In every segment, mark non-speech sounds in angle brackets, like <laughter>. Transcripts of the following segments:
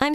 I'm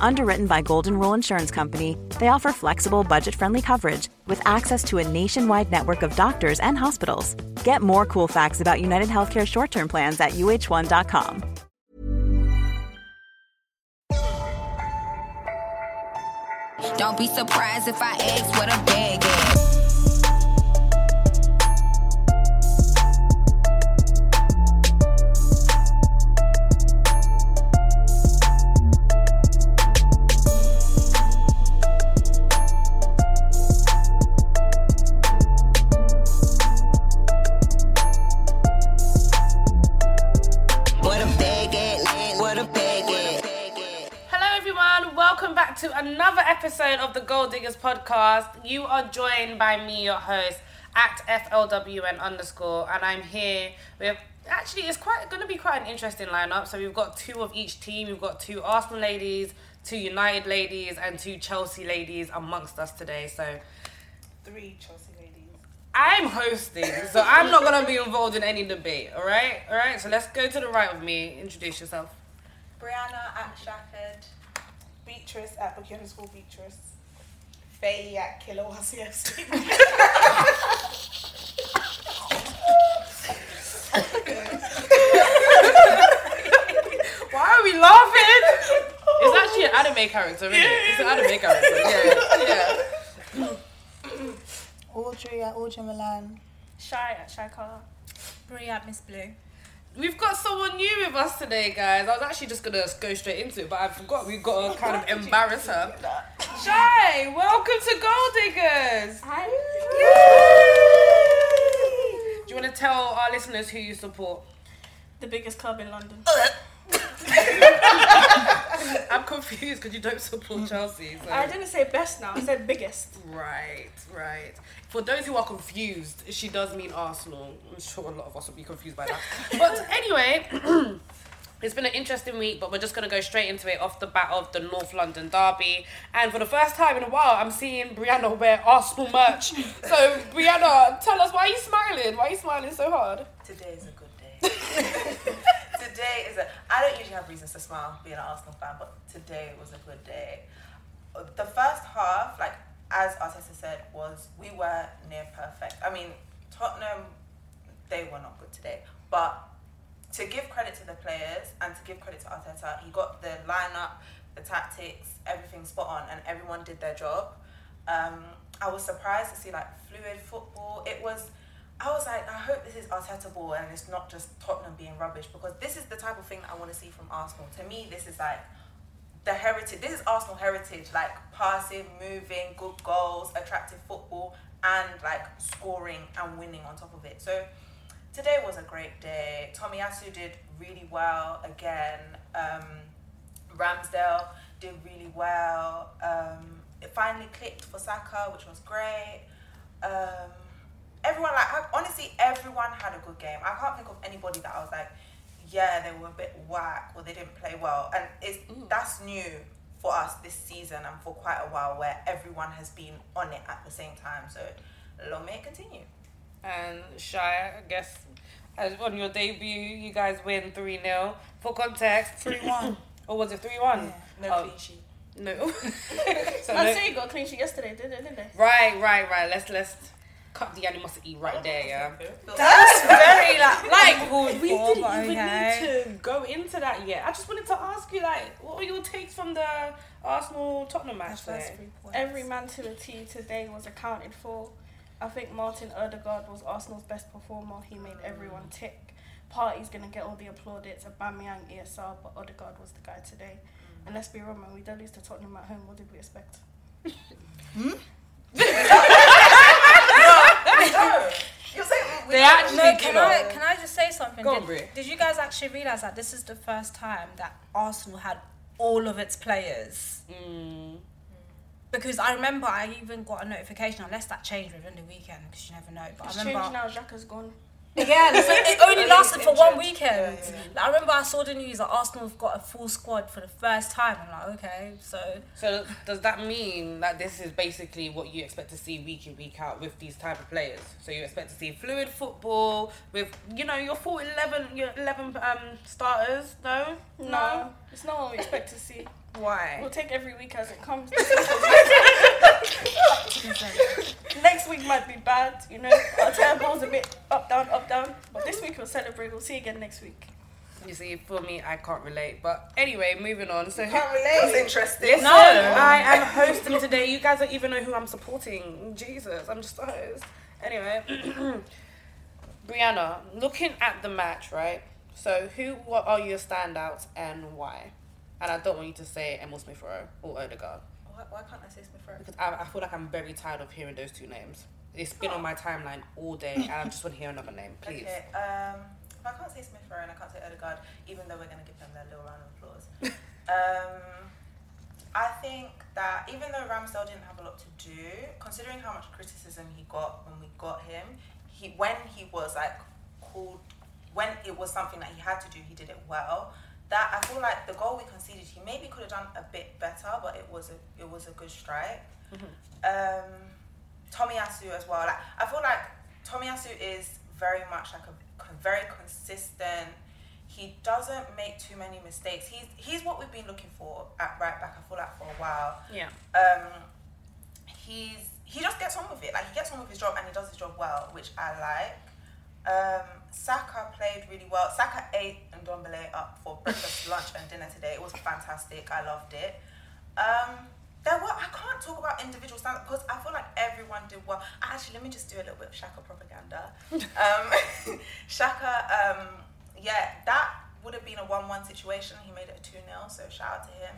Underwritten by Golden Rule Insurance Company, they offer flexible, budget friendly coverage with access to a nationwide network of doctors and hospitals. Get more cool facts about United Healthcare short term plans at uh1.com. Don't be surprised if I ask what a bag is. What a bag at, what a bag at. Hello, everyone. Welcome back to another episode of the Gold Diggers podcast. You are joined by me, your host, at FLWN underscore, and I'm here with. Actually, it's quite going to be quite an interesting lineup. So we've got two of each team. We've got two Arsenal ladies, two United ladies, and two Chelsea ladies amongst us today. So three Chelsea ladies. I'm hosting, so I'm not going to be involved in any debate. All right, all right. So let's go to the right of me. Introduce yourself. Brianna at Shackard. Beatrice at Bookie underscore Beatrice. Faye <laughs> at Killer YCFC. Why are we laughing? <laughs> It's actually an anime character, isn't it? It's an anime character. <laughs> Yeah, <laughs> yeah. Audrey at Audrey Milan. Shy at Shy Colour. Brie at Miss Blue. We've got someone new with us today, guys. I was actually just gonna go straight into it, but I forgot we got to kind of embarrass her. Shy, welcome to Gold Diggers. Yay! Do you want to tell our listeners who you support? <laughs> The biggest club in London. I'm confused because you don't support Chelsea. So. I didn't say best now, I said biggest. Right, right. For those who are confused, she does mean Arsenal. I'm sure a lot of us will be confused by that. but anyway, <clears throat> it's been an interesting week, but we're just going to go straight into it off the bat of the North London Derby. And for the first time in a while, I'm seeing Brianna wear Arsenal merch. so, Brianna, tell us why are you smiling? Why are you smiling so hard? Today is a good day. today is a. I don't usually have reasons to smile being an Arsenal fan, but today was a good day. The first half, like as Arteta said, was we were near perfect. I mean, Tottenham, they were not good today, but to give credit to the players and to give credit to Arteta, he got the lineup, the tactics, everything spot on, and everyone did their job. Um, I was surprised to see like fluid football. It was, I was like, I hope this is Arteta ball and it's not just Tottenham being rubbish because this is the type of thing that I want to see from Arsenal. To me, this is like the heritage. This is Arsenal heritage, like passing, moving, good goals, attractive football, and like scoring and winning on top of it. So today was a great day. Tommy Asu did really well again. Um, Ramsdale did really well. Um, it finally clicked for Saka, which was great. Um, everyone, like, I- honestly, everyone had a good game. I can't think of anybody that I was like, yeah, they were a bit whack or they didn't play well. And it's that's new for us this season and for quite a while where everyone has been on it at the same time. So long may it continue. and Shire, I guess, as on your debut, you guys win 3 0. For context, 3 1. <coughs> Or was it 3 1? No Oh. clean sheet. <laughs> No. so I no. say you got a clean sheet yesterday, didn't they? Didn't they? Right, right, right. Let's let's cut the animosity right there, yeah. That's <laughs> very like like oh we didn't even need to go into that yet. I just wanted to ask you like what were your takes from the Arsenal Tottenham match today? Every man to a T today was accounted Mm. for. I think Martin Odegaard was Arsenal's best performer. He made everyone tick. Party's gonna get all the applaudits. Aubameyang, ESR, but Odegaard was the guy today. Mm. And let's be real, man. We don't lose to Tottenham at home. What did we expect? Hmm? <laughs> You're saying we, They actually No, give can up. I can I just say something? Go on, Brie. did, did you guys actually realize that this is the first time that Arsenal had all of its players? Because I remember I even got a notification, unless that changed within the weekend, because you never know. But It's I changed remember now. Xhaka's gone. Again, so it only Only lasted for one injured. weekend. Like, I remember I saw the news that Arsenal have got a full squad for the first time. I'm like, okay, so So does that mean that this is basically what you expect to see week in week out with these type of players? So you expect to see fluid football with you know your full eleven your eleven um starters? No, No, it's not what we expect to see. Why? We'll take every week as it <laughs> comes. Next week might be bad, you know. Our tempo's a bit up down, up down. But this week we'll celebrate. We'll see you again next week. You see, for me, I can't relate. But anyway, moving on. So can't relate. That's interesting. Listen, I am hosting today. You guys don't even know who I'm supporting. Jesus, I'm just a host. Anyway, <clears throat> Brianna, looking at the match, right? So, who what are your standouts and why? And I don't want you to say Emil Smith Rowe or Odegaard Why, why can't I say Smith Rowe? because I, I feel like I'm very tired of hearing those two names. It's been on my timeline all day, and I just want to hear another name, please. Oh. Okay, um, if I can't say Smith Rowe and I can't say Odegaard, even though we're going to give them their little round of applause, um, I think that even though Ramsdale didn't have a lot to do, considering how much criticism he got when we got him, he when he was like called, when it was something that he had to do, he did it well. That I feel like the goal we conceded, he maybe could have done a bit better, but it was a it was a good strike. Mm-hmm. Um, Tomiyasu as well. Like I feel like Tomiyasu is very much like a con- very consistent. He doesn't make too many mistakes. He's he's what we've been looking for at right back. I feel like Oh, for a while. Yeah. Um, he's he just gets on with it. Like he gets on with his job and he does his job well, which I like. Um, Saka played really well. Saka ate and Dombele up for breakfast, <laughs> lunch, and dinner today. It was fantastic. I loved it. Um, there were I can't talk about individual stands because I feel like everyone did well. Ah, Actually, let me just do a little bit of Shaka propaganda. Um, <laughs> Shaka, um, yeah, that would have been a one-one situation. He made it a two-nil, so shout out to him.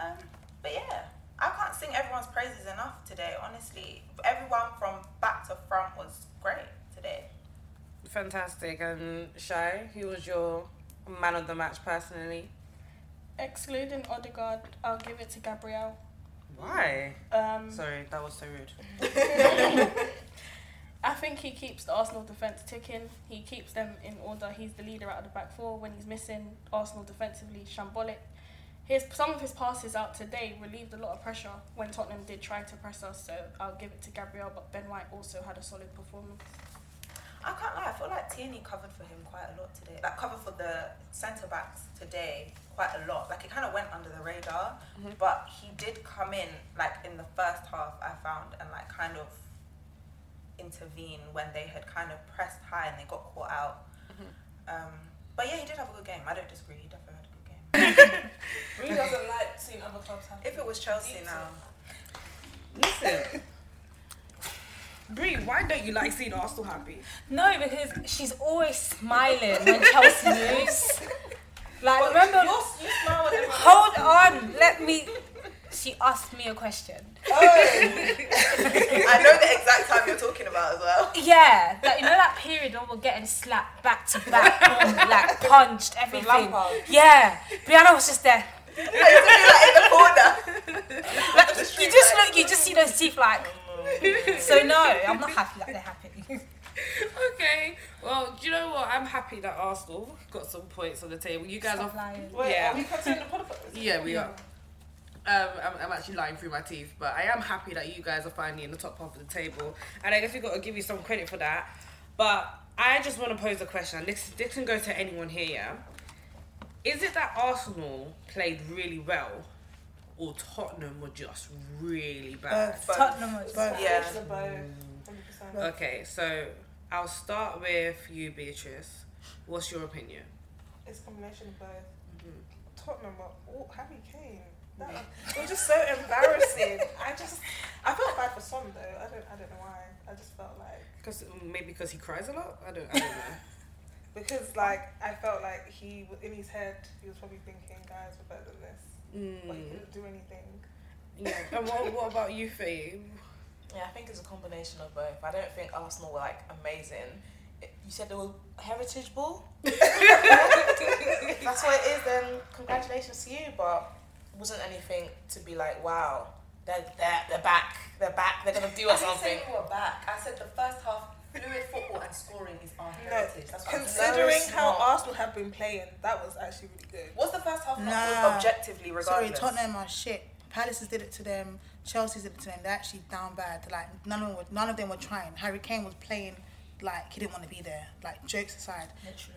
Um, but yeah, I can't sing everyone's praises enough today. Honestly, everyone from back to front was great today. Fantastic. And Shy, who was your man of the match personally? Excluding Odegaard, I'll give it to Gabrielle. Why? Um, Sorry, that was so rude. <laughs> I think he keeps the Arsenal defence ticking. He keeps them in order. He's the leader out of the back four. When he's missing, Arsenal defensively shambolic. His some of his passes out today relieved a lot of pressure when Tottenham did try to press us. So I'll give it to Gabriel, but Ben White also had a solid performance. I can't lie, I feel like Tierney covered for him quite a lot today. Like covered for the centre backs today quite a lot. Like it kind of went under the radar, but he did come in like in the first half. I found and like kind of intervene when they had kind of pressed high and they got caught out. Um, but yeah, he did have a good game. I don't disagree. He definitely had a <laughs> good game. Really doesn't like seeing other clubs have. If it was Chelsea now, Listen. Bree, why don't you like seeing Arsenal happy? no, because she's always smiling <laughs> when Chelsea lose. Like remember, you smile at everyone. hold on, let me. She asked me a question. <laughs> Oh. I know the exact time you're talking about as well. Yeah, like you know that period when we're getting slapped back to back, <laughs> boom, like punched, everything. Lampard. Yeah, Brianna was just there. <laughs> Like, you just look, you just see those teeth, <laughs> like. So no, I'm not happy that they're happy. Okay. Well, do you know what? I'm happy that Arsenal got some points on the table. You guys Stop are. lying. Yeah. We continue the podcast. Yeah, <laughs> we are. Um, I'm, I'm actually lying through my teeth, but I am happy that you guys are finally in the top half of the table, and I guess we've got to give you some credit for that. But I just want to pose a question, and this, this can go to anyone here. Yeah? Is it that Arsenal played really well, or Tottenham were just really bad? Tottenham was- Yeah. It's a bow. Okay, so I'll start with you, Beatrice. What's your opinion? It's a combination of both. Mm-hmm. Tottenham, but oh, Harry Kane. That, it was just so <laughs> embarrassing. I just, I felt bad for Son though. <laughs> I don't, I don't know why. I just felt like Because maybe because he cries a lot. I don't. I don't know. because like I felt like he w- in his head he was probably thinking guys were better than this, but Mm. he couldn't do anything. Yeah. And what, what about you, Faye? Yeah, I think it's a combination of both. I don't think Arsenal were like amazing. It- You said they were Heritage <laughs> Ball. That's what it is. Then congratulations to you, but wasn't anything to be like, wow, they're they're, they're back, they're back, they're gonna do us something. we were back. I said the first half, fluid football and scoring is our No, heritage. That's what I said. considering so how smart. Arsenal have been playing, that was actually really good. Was the first half not Nah. good objectively Sorry, regardless? Tottenham are shit. Palaces did it to them. Chelsea's did it to them. They're actually down bad. Like none of them were, none of them were trying. Harry Kane was playing like he didn't want to be there. Like jokes aside,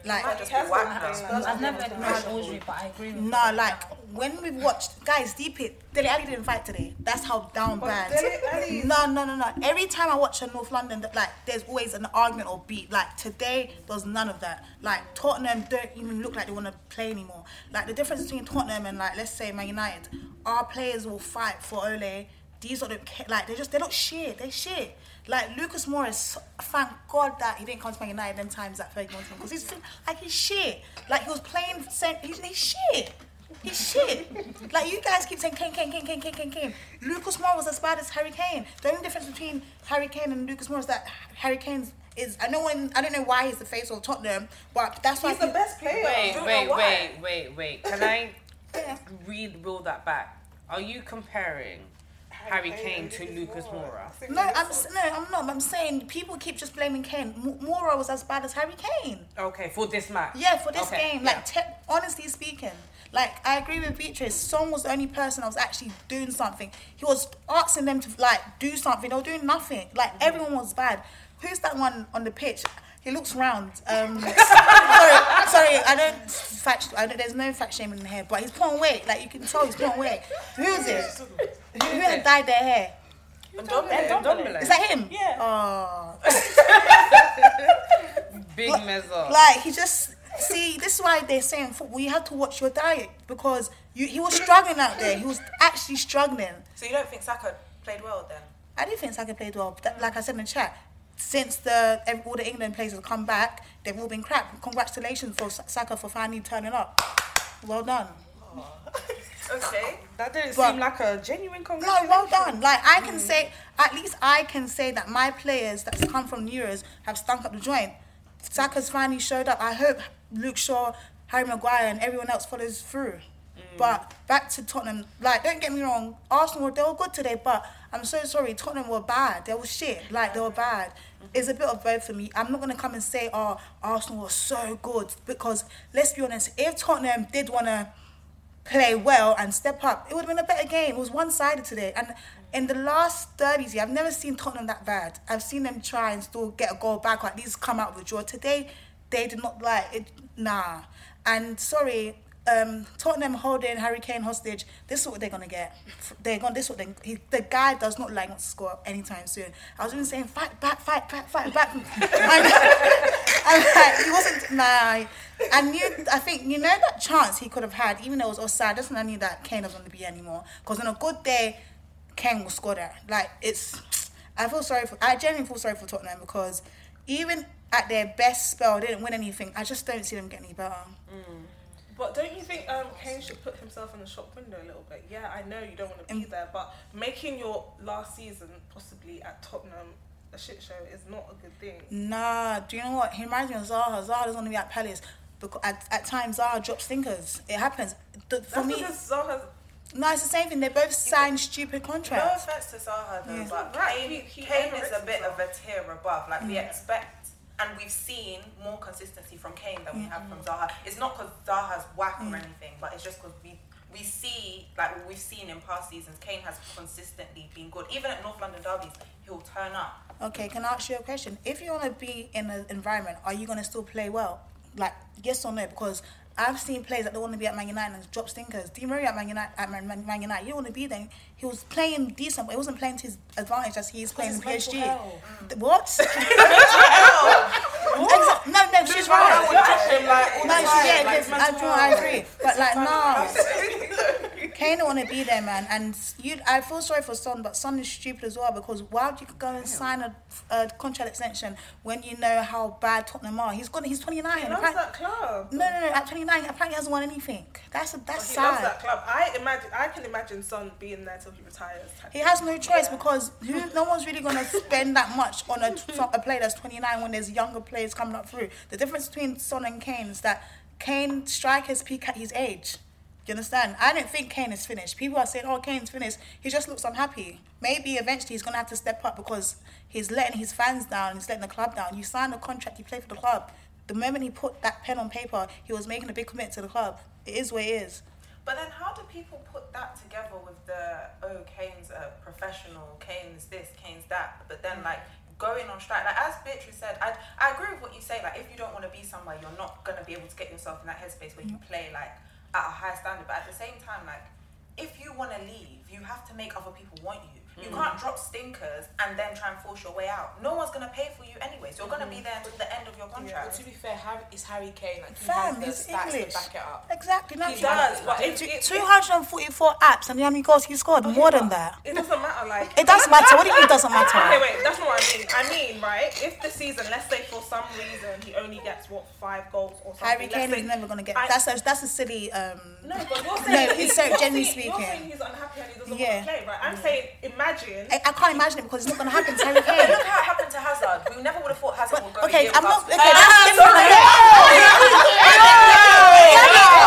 like Might just be whack now. I've never admired Audrey, but I agree with No, like when we watched, guys, deep it. Dele Alli didn't fight today. That's how down bad. Dele Alli- No, no, no, no. Every time I watch a North London, th- like there's always an argument or beat. Like today, there was none of that. Like Tottenham don't even look like they want to play anymore. Like the difference between Tottenham and like let's say Man United, our players will fight for Ole. These are the ca- like they just they don't shit. They shit. Like Lucas Morris, thank God that he didn't come to Man United them times that Fergie wanted him because he's like he's shit. Like he was playing, cent- he's, he's shit. He's shit. like you guys keep saying Kane, Kane, Kane, Kane, Kane, Kane, Kane. Lucas Moore was as bad as Harry Kane. The only difference between Harry Kane and Lucas Moore is that Harry Kane's is I know when I don't know why he's the face of Tottenham, but that's why He's the best player. Wait, Don't know wait, why. wait, wait, wait. Can I <laughs> Yeah. read will that back? Are you comparing Harry Kane to Lucas Moura? No, I'm s- no, I'm not. I'm saying people keep just blaming Kane. M- Moura was as bad as Harry Kane. Okay, for this match. Yeah, for this Okay, game, yeah. like te- honestly speaking, like I agree with Beatrice. Song was the only person I was actually doing something. He was asking them to like do something. They were doing nothing. Like Mm-hmm. everyone was bad. Who's that one on the pitch? He looks round. <laughs> Um, sorry, sorry, I don't fact. I don't, there's no fact shaming in here, but he's putting weight. Like you can tell, he's putting weight. Who's it? Who had dyed their hair? Ndombele. Is that him? Yeah. Oh. Big mess up. Like he just see this is why they're saying football. You have to watch your diet because you, he was struggling out there. He was actually struggling. So you don't think Saka played well then? I didn't think Saka played well. That, like I said in the chat, since the ev- all the England players have come back, they've all been crap. Congratulations for S- Saka for finally turning up. Well done. Okay. That didn't But- seem like a genuine No, congratulations. well done. Like I can say, at least I can say that my players that's come from Euros have stunk up the joint. Saka's finally showed up. I hope Luke Shaw, Harry Maguire, and everyone else follows Mm. through. Mm. But back to Tottenham. Like, don't get me wrong. Arsenal, they were good today, but I'm so sorry. Tottenham were bad. They were shit. Like, they were bad. It's a bit of both for me. I'm not gonna come and say, oh, Arsenal was so good because let's be honest. If Tottenham did wanna play well and step up, it would have been a better game. It was one sided today. And in the last 30s, year, I've never seen Tottenham that bad. I've seen them try and still get a goal back or at least come out with a draw. Today, they did not like it. Nah. And sorry, um, Tottenham holding Harry Kane hostage. This is what they're gonna get. They're gonna. This is what they. He, the guy does not like not to score anytime soon. I was even saying fight back, fight back, fight back. <laughs> and, and like, he wasn't. Nah. I knew. I think you know that chance he could have had, even though it was offside. Doesn't I knew that Kane doesn't want to be anymore. Because on a good day, Kane will score that. Like it's. I feel sorry for. I genuinely feel sorry for Tottenham because even at their best spell, they didn't win anything. I just don't see them getting any better. Mm. But don't you think um, Kane should put himself in the shop window a little bit? Yeah, I know you don't want to be there, but making your last season possibly at Tottenham a shit show is not a good thing. Nah, do you know what? He reminds me of Zaha. Zaha doesn't want to be at Palace. Because at, at times Zaha drops stinkers. It happens. The- for That's me, because Zaha's no, it's the same thing. They both signed stupid No contracts. offense to Saha though, Yeah. but Right, Kane, he- he Kane is a overrates bit of a tier above. Like we expect, and we've seen more consistency from Kane than we have from Zaha. It's not because Zaha's whack or anything, but it's just because we we see like we've seen in past seasons, Kane has consistently been good. Even at North London derbies, he'll turn up. Okay, can I ask you a question? If you want to be in an environment, are you going to still play well? Like, yes or no? Because I've seen players that don't want to be at Man United and drop stinkers. Di Maria at Man United, at Man, Man, Man United, you don't want to be there. He was playing decent, but he wasn't playing to his advantage as he is playing in PSG. Th- What? <laughs> Exa- no, no, she's right. Look at him, like, all No, the she, time, yeah, like, yes, I, do, I agree. But like, no. Kane don't want to be there, man. And you, I feel sorry for Son, but Son is stupid as well because why would you go and sign a, a contract extension when you know how bad Tottenham are? He's gone. He's twenty nine. He loves that club. No, no, no. At twenty nine, apparently he hasn't won anything. That's that's He sad. loves that club. I imagine. I can imagine Son being there till he retires. type He has no thing. choice Yeah. because who, no one's really going to spend that much on a, a player that's 29 when there's younger players coming up through. The difference between Son and Kane is that Kane strikers peak at his age. Do you understand? I don't think Kane is finished. People are saying, oh, Kane's finished. He just looks unhappy. Maybe eventually he's going to have to step up because he's letting his fans down, he's letting the club down. You sign a contract, you play for the club. The moment he put that pen on paper, he was making a big commitment to the club. It is what it is. But then, how do people put that together with the oh, Kane's a professional, Kane's this, Kane's that? But then, like going on strike, like as Beatrice said, I I agree with what you say. Like if you don't want to be somewhere, you're not gonna be able to get yourself in that headspace where you Mm-hmm. play like at a high standard. But at the same time, like if you want to leave, you have to make other people want you. You Mhm. can't drop stinkers and then try and force your way out. No one's gonna pay for you anyway, so you're gonna be there until the end of your contract. Mm-hmm. But to be fair, Harry, it's Harry Kane. Like, he Fam, has he's the stats English. to back it up. Exactly. He does, but if- if- two hundred and forty-four apps and how many goals he scored? More than that. It doesn't matter, like It does matter. What do you mean it doesn't <laughs> matter? Okay, wait, that's not what I mean. I mean, right? If the season, let's say for some reason he only gets what five goals or something. Harry Kane let's is say- never gonna get. I- that's a that's a silly. Um, No, but you're saying no, he's, it's so you're generally saying- speaking. You're saying he's unhappy and he doesn't Yeah. want to play, right? Mm. I'm saying imagine. I, I can't imagine it because it's not gonna happen to Harry <laughs> Kane. Look how it happened to Hazard. We never would have thought Hazard would go. a Okay, year I'm not. without- Okay, that's different.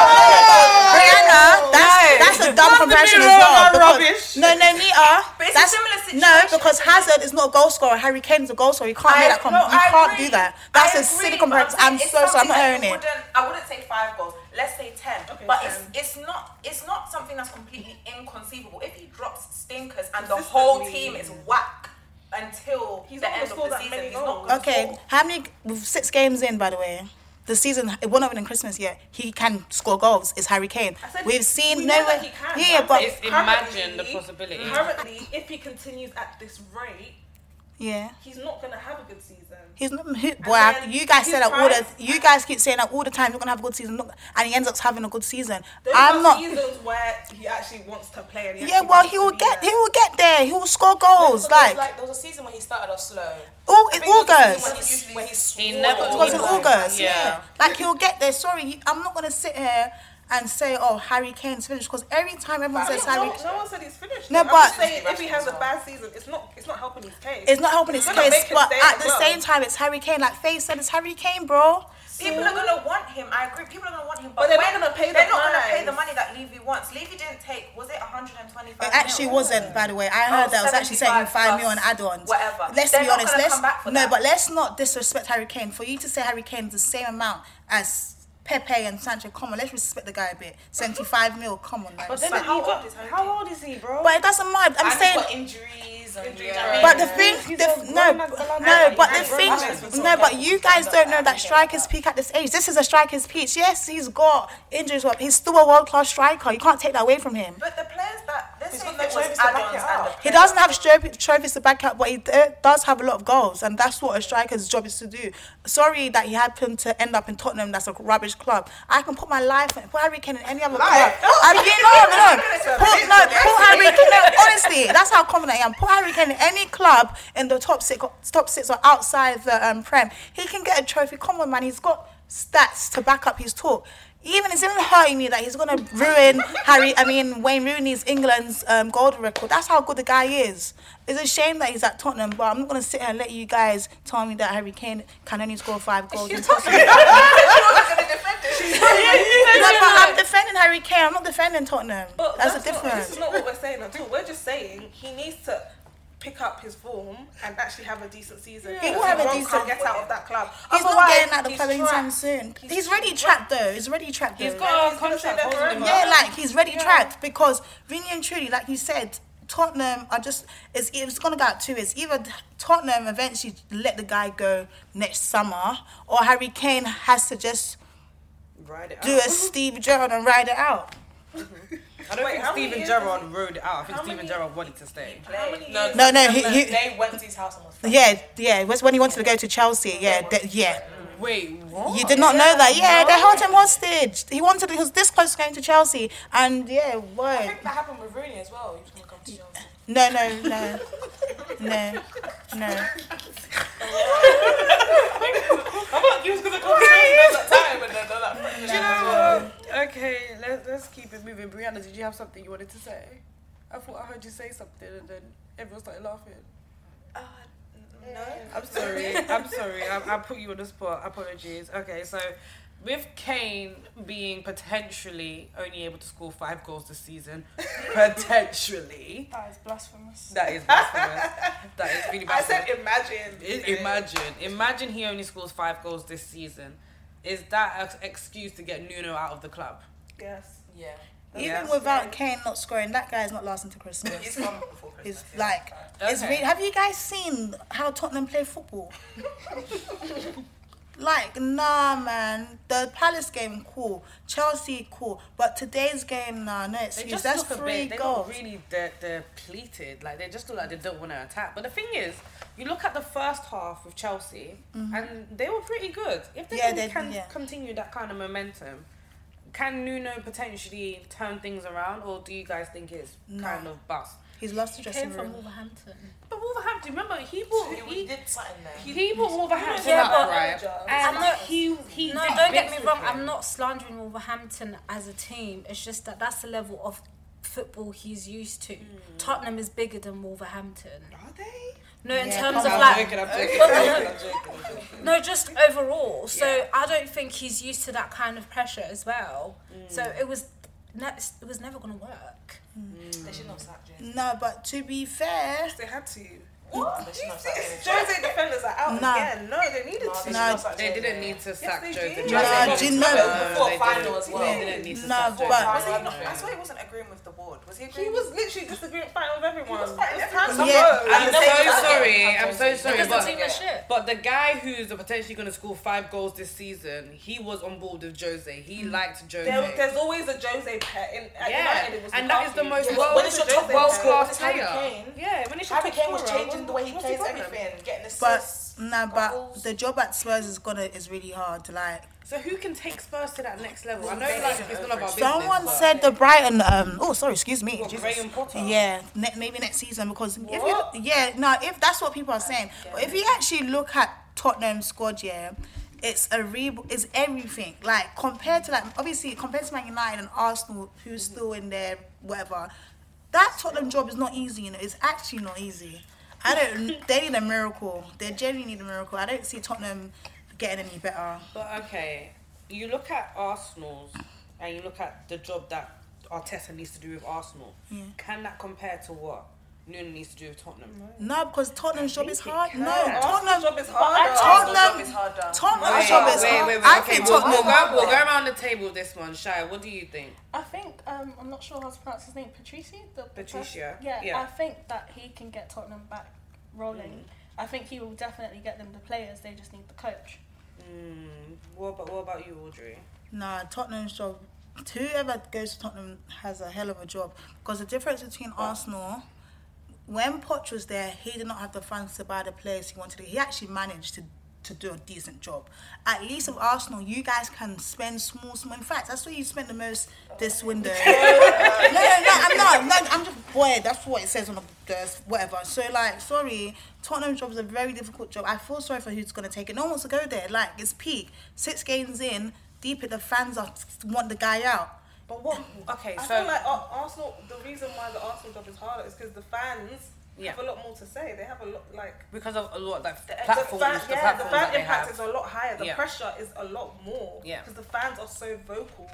Brianna, that's, that's a dumb comparison as well. Because, no, no, Nia. But it's a that's, similar situation. No, because Hazard is not a goal scorer. Harry Kane's a goal scorer. You can't I- make that com- no, You I can't agree. do that. That's I a silly agree, but comparison. I'm saying so it's sorry. I'm something that not you owning it. wouldn't- I wouldn't say five goals. Let's say ten. Okay, but 10. it's it's not it's not something that's completely inconceivable. If he drops stinkers and the whole team is whack until He's the not gonna end of score the that season, many he's not goals. gonna Okay, score. how many? we've Six games in, by the way. The season, we're not even in Christmas yet. He can score goals. It's Harry Kane. said We've seen we no know that one. he can, Yeah, but but It's imagine the possibility. Currently, if he continues at this rate, yeah, he's not gonna have a good season. he's not. Who, boy, I- then you guys his said that all the. price- You guys keep saying that all the time. You're gonna have a good season, look, and he ends up having a good season. Those I'm are not. seasons where he actually wants to play. And he Yeah, actually well, wants he to will be get. there. He will get there. He will score Because goals. there was, Like there was a season when he started off slow. all, I in think there was a August. season When he, when he He swore never- that It It was he in was like- August. Yeah. yeah. Like he'll get there. Sorry, you- I'm not gonna sit here and say, "Oh, Harry Kane's finished," because every time everyone No, says Harry, no, no one said he's finished. No, I'm just but- saying if he has a bad season, it's not it's not helping his case. it's not helping his gonna case. make him But stay at as the well. same time, it's Harry Kane. Like Faye said, it's Harry Kane, bro. People are gonna want him. I agree. People are gonna want him, but, But they're when- not gonna pay They're the not gonna pay price. the money that Levy wants. Levy didn't take. Was it 125? It actually wasn't, by the way. I heard Oh, that it was actually saying 75 five million plus add-ons. whatever. Let's They're be not honest. gonna Let's come back for no, that. but let's not disrespect Harry Kane. For you to say Harry Kane's the same amount as Pepe and Sancho, come on, let's respect the guy a bit. Seventy-five mil, come on, man. But then Respect- how old is How old is he, bro? But it doesn't matter. I'm And he's saying got injuries. And, yeah. But the Yeah. thing, He's the, a no, grown man, Zalando. no, but the He's a grown man. thing, no, but you guys don't know that strikers peak at this age. This is a striker's peak. Yes, he's got injuries, but he's still a world class striker. You can't take that away from him. But the players that this He's thing got that the was choice to back add-ons it and the up. He doesn't have stro- trophies to back up, but he d- does have a lot of goals, and that's what a striker's job is to do. Sorry that he happened to end up in Tottenham. That's a rubbish club. I can put my life in put Harry Kane in any other club. I'm getting no, <laughs> no, put, no, put Harry Kane. No, honestly, that's how confident I am. Put Harry Kane in any club in the top six, top six or outside the um, Prem. He can get a trophy. Come on, man. He's got stats to back up his talk. Even it's even hurting me that he's gonna ruin Harry. I mean Wayne Rooney's England's um, gold record. That's how good the guy is. It's a shame that he's at Tottenham, but I'm not gonna sit here and let you guys tell me that Harry Kane can only score five goals. in Tottenham. <laughs> No, but I'm defending Harry Kane. I'm not defending Tottenham. But that's, a not- difference. This is not what we're saying at all. We're just saying he needs to pick up his form and actually have a decent season. He will Because have a won't decent- get out of that club. He's not Otherwise, getting out of the he's club anytime trapped. soon. He's, already trapped though. He's already trapped. He's though. got a He's gonna stay contract there holding him forever. up. Yeah, like he's ready trapped because really and truly, like you said, Tottenham are just it's it's gonna go out two ways. Either Tottenham eventually let the guy go next summer, or Harry Kane has to just Ride it do a Steve Gerrard and ride it out. I don't Wait, think how many Steven years Gerrard rode it out. I think how Steven many- Gerrard wanted to stay. How many No, years? No, no, he, <laughs> he they went to his house and was. yeah, yeah. It was when he wanted to go to Chelsea. Yeah, that, yeah. Wait, what? Oh, You did not know that. Yeah, they held him hostage. He wanted he was this close to going to Chelsea, and yeah, I what? think that happened with Rooney as well. <laughs> He was going to come to Chelsea. No, no, <laughs> no, no, no. I thought he was going to come to Chelsea at that time, and then all that Do friction <laughs> you as know well. what? Okay, let, let's keep it moving. Brianna, did you have something you wanted to say? I thought I heard you say something, and then everyone started laughing. Uh, No. I'm <laughs> sorry. I'm sorry. I, I put you on the spot. Apologies. Okay, so with Kane being potentially only able to score five goals this season, potentially. That is blasphemous. That is blasphemous. that is really I blasphemous. said, imagine. I- imagine, imagine he only scores five goals this season. Is that an excuse to get Nuno out of the club? Yes. Yeah. Even Yes. without Kane not scoring, that guy is not lasting to Christmas. He's gone before Christmas. It's like, it's Okay. re- have you guys seen how Tottenham <laughs> play football? like, nah, man. The Palace game, cool. Chelsea, cool. But today's game, nah, no They excuse. just That's look a three bit. They goals. look really they're, they're pleated. Like they just look like they don't want to attack. But the thing is, you look at the first half with Chelsea, Mm-hmm. and they were pretty good. If they Yeah, can, they- can yeah. continue that kind of momentum, can Nuno potentially turn things around, or do you guys think it's kind of bust? He's lost the Came dressing from room. Wolverhampton. But Wolverhampton, remember he bought He he, did something there. he, bought Wolverhampton Yeah, up, but- right? And I'm not- he he No, did don't bits get me with wrong. him. I'm not slandering Wolverhampton as a team. It's just that that's the level of football he's used to. Hmm. Tottenham is bigger than Wolverhampton. Are they? No, in terms of I'm like joking, I'm <laughs> joking, But I'm joking, no- I'm joking, I'm joking. <laughs> no, just overall. So I don't think he's used to that kind of pressure as well. So Hmm. it was, ne- it was never gonna work. They should not sacked him. No, but to be fair, Mm. They had to. What? They Do should you not see? sack him. Jose defenders are out Nah. again. No, they needed No, they to. should No. not sack They Jose. didn't need to sack they Joe. did. Virgil. Nah, do you know- Before they final didn't. as well. They didn't need to Nah, sack Joe but- Was he Virgil. not, I swear he wasn't agreeing with the board. Was he agreeing He with was literally disagreeing, fighting with everyone. was fighting It's time to everyone. Yeah. go. I'm the same so time. sorry. I'm so sorry. Because the team But, is shit. but the guy who's potentially going to score five goals this season, he was on board with Jose. He liked Jose. There, there's always a Jose pet in at yeah, United. It was and that is the Lukaku. most Yeah, world, when it's your top world player, when class it's Harry player. Kane, Yeah, when it's your Harry top Kane was scorer, changing the way he what's the plays problem? everything, getting but assists. nah, but goals. the job at Spurs is gonna is really hard. Like So who can take Spurs to that next level? I know like it's none of our business. someone but- said, the Brighton. Um, oh, sorry, excuse me. What, Jesus. Graham Potter? Yeah, ne- maybe next season because if you, yeah, no, if that's what people are saying, but if you actually look at Tottenham squad, yeah, it's a re, it's everything. Like compared to like obviously compared to Man United and Arsenal, who's still in there, whatever. That Tottenham job is not easy. You know, it's actually not easy. I don't. they need a miracle. They genuinely need a miracle. I don't see Tottenham getting any better. But okay, you look at Arsenal's and you look at the job that Arteta needs to do with Arsenal. Can that compare to what Nuno needs to do with Tottenham? No, because Tottenham's job is hard. No, Arsenal's Tottenham's job is harder. Tottenham, Arsenal's job is harder. Tottenham's Wait, job is wait, hard. wait, wait, I okay, think we'll, Tottenham. we'll, go, we'll go around the table with this one. Shai, what do you think? I think um, I'm not sure how to pronounce his name. Patrici, the the pers- Patricia, Yeah, yeah. I think that he can get Tottenham back rolling. I think he will definitely get them the players. They just need the coach. Mm, What about, what about you, Audrey? Nah, Tottenham's job. Whoever goes to Tottenham has a hell of a job because the difference between Arsenal, when Poch was there, he did not have the funds to buy the players he wanted. He actually managed to. To do a decent job, at least with Arsenal, you guys can spend small, small. In fact, that's where you spent the most this window. <laughs> no, no, no, I'm not. No, I'm just bored. That's what it says on the desk, whatever. So, like, sorry, Tottenham job is a very difficult job. I feel sorry for who's going to take it. No one wants to go there. Like, it's peak. Six games in, deep it, the fans are, want the guy out. But what? Okay, I so- feel like Ar- Arsenal. The reason why the Arsenal job is harder is because the fans Yeah. have a lot more to say. They have a lot like. Because of a lot like the platforms, fan- the yeah, platforms the fan that they impact have. is a lot higher. The Yeah. pressure is a lot more. Yeah. Mm-hmm. Because the fans are so vocal.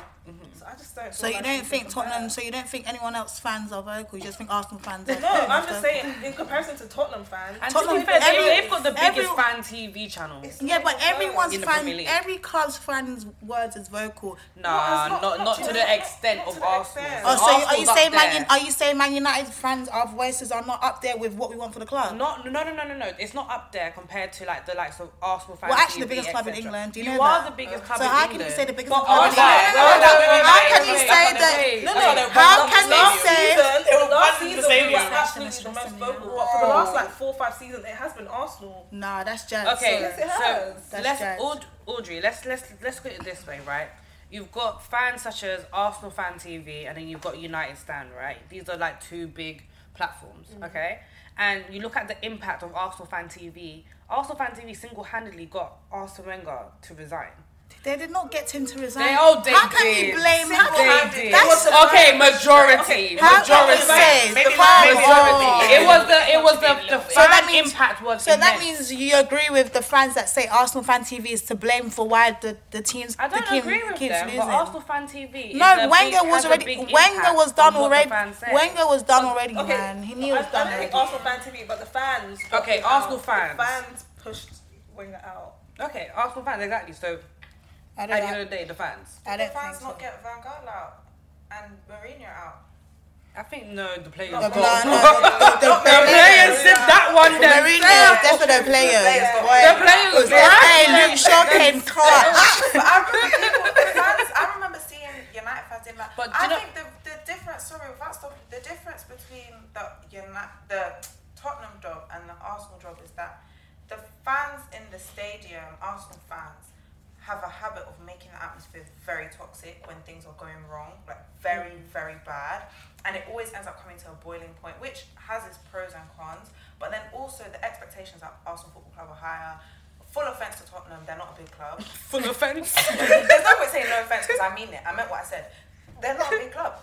So I just don't. So feel you like don't it's think compare. Tottenham? So you don't think anyone else fans are vocal? You just think Arsenal fans? Are No, I'm just saying in comparison to Tottenham fans. And to Tottenham- be fair, they- every- they've got the biggest every- fan TV channel. Yeah, but everyone's In the fan, Premier League. every club's fans' words is vocal. Nah, not- not, not, not to the extent of Arsenal. Oh, so you, are you Arsenal's up saying Man? there. Un- Are you saying Man United fans, our voices are not up there with what we want for the club? Not no no no no no. It's not up there compared to like the likes of Arsenal fans. We're actually the TV, biggest club in etc.. England. Do you you know are that? the biggest club So in how England. can you say the biggest But club in on England? that- No, on no, no, that- wait, no, wait, how wait, can wait, you wait, say wait, that- wait. no, Okay, wait, no, how wait, can wait. you say- Last season, Last last season season we we were were absolutely absolutely stressed most vocal, but for the last like four or five seasons, it has been Arsenal. Nah, that's jazz. Okay, Yes, so it has. That's let's jazz. Aud- Audrey, let's let's let's put it this way, right? You've got fans such as Arsenal Fan TV, and then you've got United Stand, right? These are like two big platforms, Mm-hmm. Mhm. okay? And you look at the impact of Arsenal Fan TV. Arsenal Fan TV single-handedly got Arsene Wenger to resign. They did not get him to resign. They all did. How can you blame They how can- did. That's okay, majority. How can we majority. say Maybe the not fans- majority. Oh. It was the it was the, the So that fan means- impact was So that immense. means you agree with the fans that say Arsenal fan TV is to blame for why the, the teams I don't the team agree with keeps them, losing. but Arsenal fan TV. is a no, Wenger big, was has a already big Wenger impact was on done what the already. fans say. Wenger was done already, man. He knew it was done I already. think Arsenal fan TV, but the fans. Okay, voted Arsenal out. fans. The fans pushed Wenger out. Okay, Arsenal fans exactly. So at the end of the day, the fans. I Did the fans not get Van Gaal out and Mourinho out? I think no, the players. The got- plan- <laughs> no, the players did that one. Mourinho, themselves. that's what the players. boy. The players. It was got- Hey, Luke Shaw came <laughs> clutch. but I remember, people- fans, I remember seeing United fans in like. But do I you know- think the, the difference. Sorry, without stopping, the difference between the United, the Tottenham job and the Arsenal job is that the fans in the stadium, Arsenal fans, have a habit of making the atmosphere very toxic when things are going wrong, like very, Mm. very bad. And it always ends up coming to a boiling point, which has its pros and cons. But then also the expectations at Arsenal Football Club are higher. Full offense to Tottenham, they're not a big club. <laughs> Full <laughs> offense. There's no point saying no offense because I mean it. I meant what I said. They're not a big club,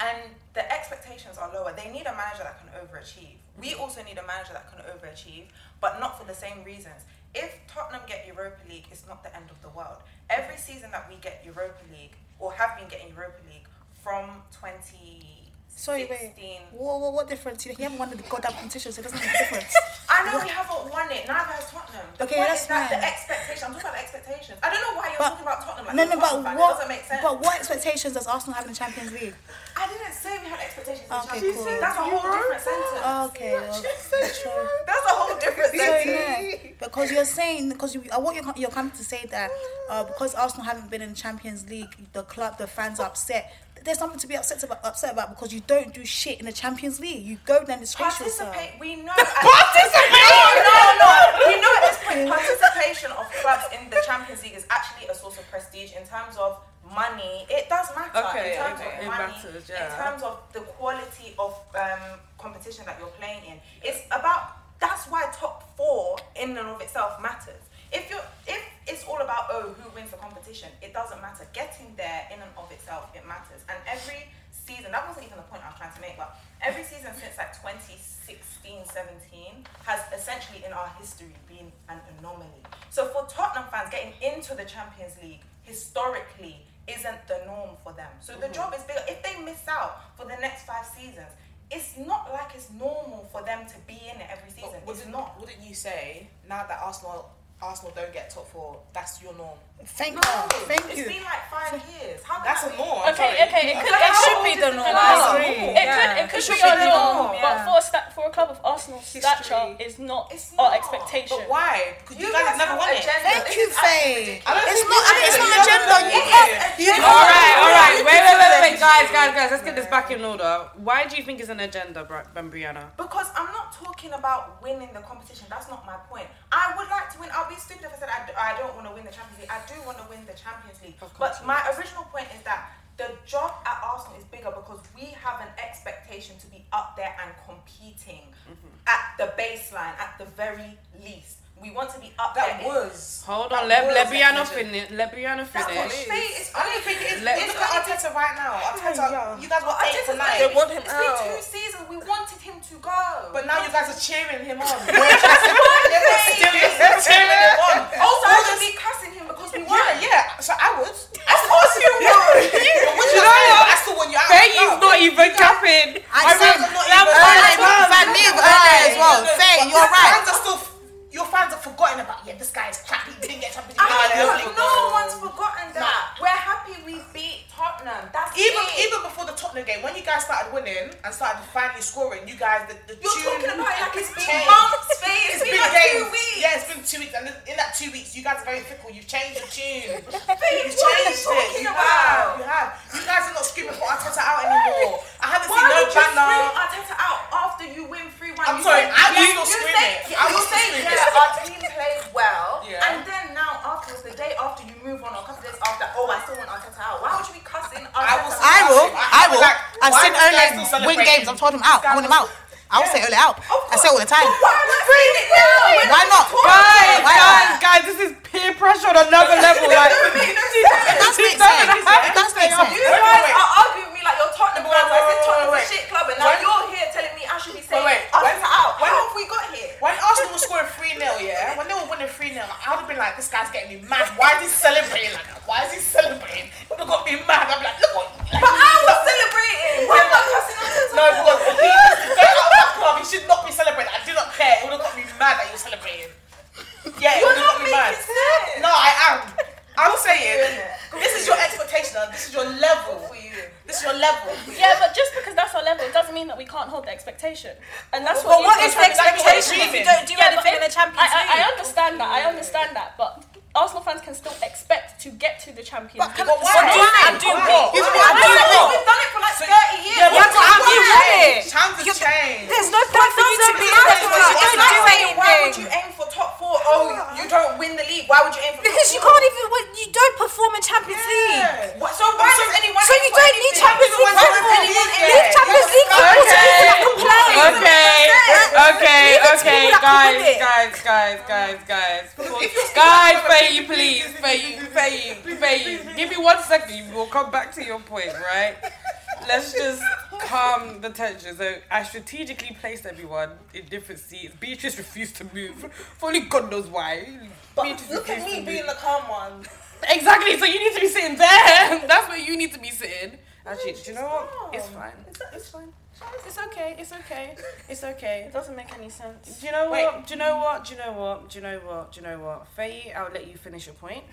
and the expectations are lower. They need a manager that can overachieve. We also need a manager that can overachieve, but not for the same reasons. If Tottenham get Europa League, it's not the end of the world. Every season that we get Europa League or have been getting Europa League from 2016. Sorry, wait. What, what, what difference? You haven't won the goddamn competition, so it doesn't make <laughs> a difference. I know we haven't won it. Neither has Tottenham. The Okay, point that's is that the fine. expectation. I'm talking about the expectations. I don't know why you're But- talking about Tottenham. Like no, you're no, a but Tottenham fan. what? It doesn't make sense. But what expectations does Arsenal have in the Champions League? I didn't say we had expectations. in Okay, Champions cool. League. That's a whole different sentence. Okay, well, sure. That's a <laughs> whole Oh, different So, sentence. yeah, because you're saying because you, I want your your company to say that uh, because Arsenal haven't been in Champions League, the club, the fans are upset. There's something to be upset about, upset about because you don't do shit in the Champions League. You go there and disgrace yourself. Participate. We know. Participate. No, no, no. We know at this point, participation of clubs in the Champions League is actually a source of prestige in terms of money. It does matter Okay, in terms okay, of it money. matters, In yeah. terms of the quality of um, competition that you're playing in, it's about. That's why top four in and of itself matters. If you're, if it's all about oh who wins the competition, it doesn't matter. Getting there in and of itself, it matters. And every season, that wasn't even the point I was trying to make, but every season since like 2016, 17 has essentially in our history been an anomaly. So for Tottenham fans, getting into the Champions League historically isn't the norm for them. So the Mhm. job is bigger. If they miss out for the next five seasons, it's not like it's normal for them to be in it every season. It's Wouldn't, not. wouldn't you say now that Arsenal Arsenal don't get top four, that's your norm? Thank No, you. Thank it's you. been like five years. How can That's a that be? norm. Okay, okay, it, could, it should be the norm. I agree. It Yeah. could, it It could be should your be the norm, norm, but yeah. for a, sta- for a club of Arsenal's stature, it's not, our expectation. But why? Because you, guys, have never won it. Thank you, Faye. It's I not. don't think I mean, it's not you an agenda. have You it. can't. You All right, all right. Wait, wait, wait, <laughs> wait, wait, guys, guys, guys. Let's get this back in order. Why do you think it's an agenda, Bri- Brianna? Because I'm not talking about winning the competition. That's not my point. I would like to win. I'll be stupid if I said I, d- I don't want to win the Champions League. I do want to win the Champions League. But my original point is that the job at Arsenal is bigger because we have an expectation to be up there and competing at the baseline, at the very least. We want to be up That there. was. Hold on, that let was let Brianna expectation. <laughs> finish. Let Brianna That's what finish. Faye is. I don't think it is. Let- it's Look at not- Arteta right now. Arteta, you guys were Well, I eight didn't tonight. like- it's been two seasons. We wanted him to go. But now you guys are cheering him on. <laughs> We're cheering him on. Oh, Also, We're I just- would be cussing him because we won. Yeah, yeah. So I <laughs> would. Of course you But would. what <laughs> You you know saying? what? I still want you out. Faye is No. not even capping. I said remember- I'm not that even- I was- Well, was- if I live earlier as well, No, no, say but your you're right. Fans are still, your fans are forgotten about. Yeah, this guy is crap. He didn't get championship. I know, no one's forgotten that. We're happy we beat Tottenham. That's Even it. even before the Tottenham game, when you guys started winning and started finally scoring, you guys the, the You're tune talking about it like it's been changed. months, babe. It's been like two days. weeks. Yeah, it's been two weeks, and in that two weeks, you guys are very fickle. You've changed the tune. Babe, You've what are you changed it. talking You about? have. You have. You guys are not screaming for Arteta out anymore. I haven't Why seen no would you banner. scream Arteta out after you win 3 oh, people. I've seen Ole win games. I've told him out. I want him out. I will say Ole out. I say it all the time. Why not? Guys, Why guys, not? guys, this is peer pressure on another level. Like, It does make sense. It does make sense. You guys are arguing with me like you're Tottenham fans. I said Tottenham's a shit club, and now When- you're here telling me I should be saying wait, us when- out. when- How have we got here? When Arsenal was scoring 3 0, yeah, when they were winning 3 0, I would have been like, this guy's getting me mad. Why is he celebrating like that? Why is he celebrating? It would have got me mad. I'm like, look what. Like, But I was celebrating. Why am I cussing on the No, because he was going out of that club. He should not be celebrating. I do not care. It would have got me mad that you were celebrating. Yeah, it You're would have not got me mad. making sense. No, I am. I'm saying, this is your expectation. and This is your level. This is your level. Yeah, but just because that's our level doesn't mean that we can't hold the expectation. And that's But what. what you is guys the have to expectation do. if you don't do Yeah, but anything in if- the Champions I, I, I League? understand that. I understand that, but. Arsenal fans can still expect to get to the Champions League. but do why? Why? and do Why? what? Why? If you- Why? do what? We've done it for like 30 years. Yeah, but What's have you why? done it? Times have changed. There's no point for you to be That's what honest because it's you like don't do saying, Why would you anything. aim for top four? Oh, you don't win the league. Why would you aim for Because top you four? can't even, well, you don't perform in Champions League. What- So why does anyone So aim you for don't need anything? Champions Why League does football. anyone aim Leave for Champions League football to people that complain. okay, okay, Leave it to okay, people that guys, want it. guys, guys, guys, guys, guys, Faye, you please, Faye, you, Faye, you, Faye, you. give me one second. You will come back to your point, right? Let's just calm the tension. So I strategically placed everyone in different seats. Beatrice refused to move. For only God knows why. Beatrice Look at refused me to being move. the calm <laughs> one. <laughs> Exactly. So you need to be sitting there. <laughs> That's where you need to be sitting. Actually, do you know what? It's fine. It's fine. It's okay. It's okay. It's okay. It doesn't make any sense. Do you know Wait. what? Do you know what? Do you know what? Do you know what? Do you know what? Faye, I'll let you finish your point,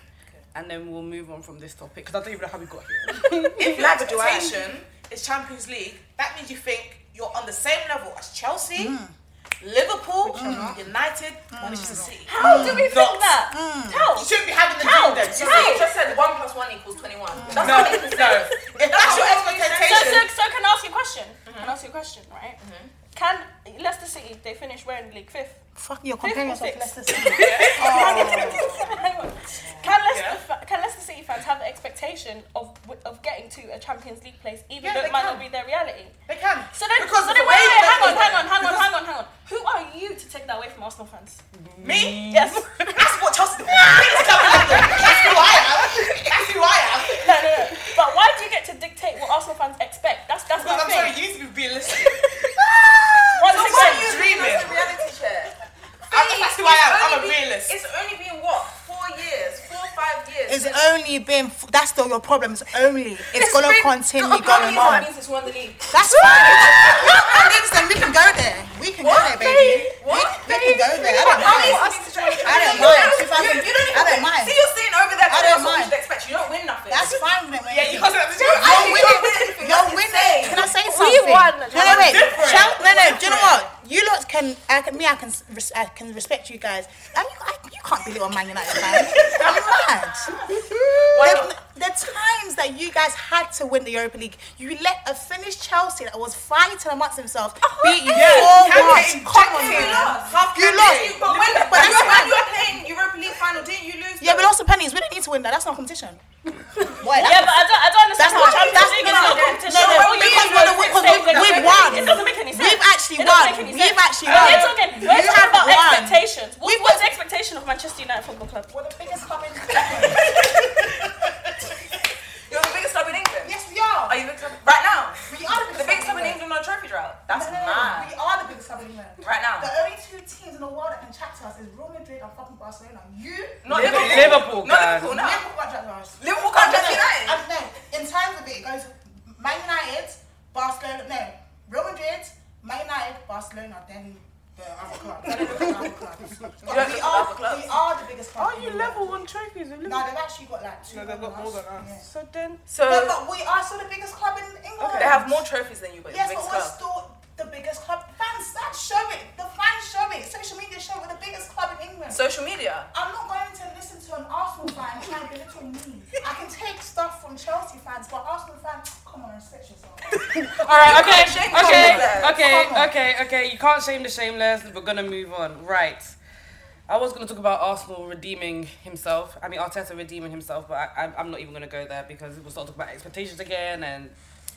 and then we'll move on from this topic because I don't even know how we got here. If your expectation is Champions League, that means you think you're on the same level as Chelsea, Liverpool, United, Manchester City. How do we think Dots. that? How? Mm. You shouldn't be having the How? dream then. You You see, see? you just said 1 plus 1 equals 21. Ah! That's No, how it is. no. If that's your So, so, expectation, Mm-hmm. so can I ask you a question? Can I ask you a question, right? Can Leicester City, they finish where in League? Fifth? Fuck, you're comparing Fifth or yourself to sixth? Leicester <laughs> City. Oh. Hang <laughs> on. Can Leicester, fa- can Leicester City fans have the expectation of w- of getting to a Champions League place, even Yeah, though they it might can. not be their reality? they can. So then, Because so the then way wait, wait, that hang on, they- hang on, hang on, hang on, hang on. Who are you to take that away from Arsenal fans? Me? Yes. <laughs> That's what Chelsea. <laughs> That's who I am. That's who I am. <laughs> no, no, no. But why do you get to dictate what Arsenal fans expect? That's that's Because my I'm sorry, thing. you need to be realistic. So what Once again, are you That's dreaming? the reality check. I'm- That's who I am. I'm a It's only been- realist. It's only been what? Four years? Four, five years? It's since- only been f- that's still your problem. It's only it's gonna been- continue Oh, going how many on. times Since we won the league. That's fine. and then we can go there. We can What, go there, baby. babe? We, What, we can go there. I don't How many mind. times since we won the league? I don't You mind. don't- If I you- can- you don't I don't even- mind. See, you're sitting over there. I telling us don't what we mind. should expect. You don't win nothing. That's fine with me. Yeah, you can't say that to Chelsea. You're winning. winning. You're winning. Can I say something? won. No, no, wait. Different. Shall, no, no. Do you know what? You lot can. I can. Me, I can. res- I can respect you guys. And you, I, you can't be little Man United fan. I'm mad. The, the times that you guys had to win the Europa League, you let a finished Chelsea that was fighting amongst themselves Uh-huh. beat you four one. Campaign, Come on, campaign. man. Half You time lost. didn't you? But when, But that's when fine. you were playing Europa League final, didn't you lose? Yeah, we though? lost the pennies. We didn't need to win that. That's not competition. <laughs> Boy, Yeah, but I don't, I don't understand That's not how Champions that's League is not not no, competition. no, All you do because we're the is we- say because things that we've, we've don't won. make- It doesn't make any sense. We've actually It doesn't won. make any We've sense. actually We're won. here talking, we're You talking have about won. expectations. What, We've what's won. the expectation of Manchester United Football Club? We're the biggest club in You're the biggest club in England. Yes, we are. Are you the biggest club right now? We are the the biggest biggest club club in in England on a trophy drought. That's No, no, no, mad. We are the biggest club in England. Right now. The only two teams in the world that can chat to us is Real Madrid and fucking Barcelona. You Not Liverpool. Liverpool. Liverpool, Not guys. Liverpool. No. Liverpool can't chat to us. Liverpool can't chat to United. I don't know. In terms of it, it goes Man United, Barcelona. No, Real Madrid, Man United, Barcelona, then. The other club. Then the other clubs. But we are, we are the biggest club. Are in you the level world. one trophies? with No, Liverpool? they've actually got like two. No, they've got more than us. So then, No, So but we are still the biggest club in England. they have more trophies than you, but you're Yes, the but biggest we're club. still the biggest club. Fans, that show it. The fans show it. Social media show it. We're the biggest club in England. Social media. I'm not going to listen to an Arsenal fan try and belittle me. I can take stuff from Chelsea fans, but Arsenal fans, come on, <laughs> respect yourself. <laughs> all right, okay, can't shame okay, someone. Come okay, on. okay, okay. You can't shame the shameless. We're gonna move on, right? I was gonna talk about Arsenal redeeming himself. I mean, Arteta redeeming himself, but I, I'm- I'm not even gonna go there because we'll start talking about expectations again and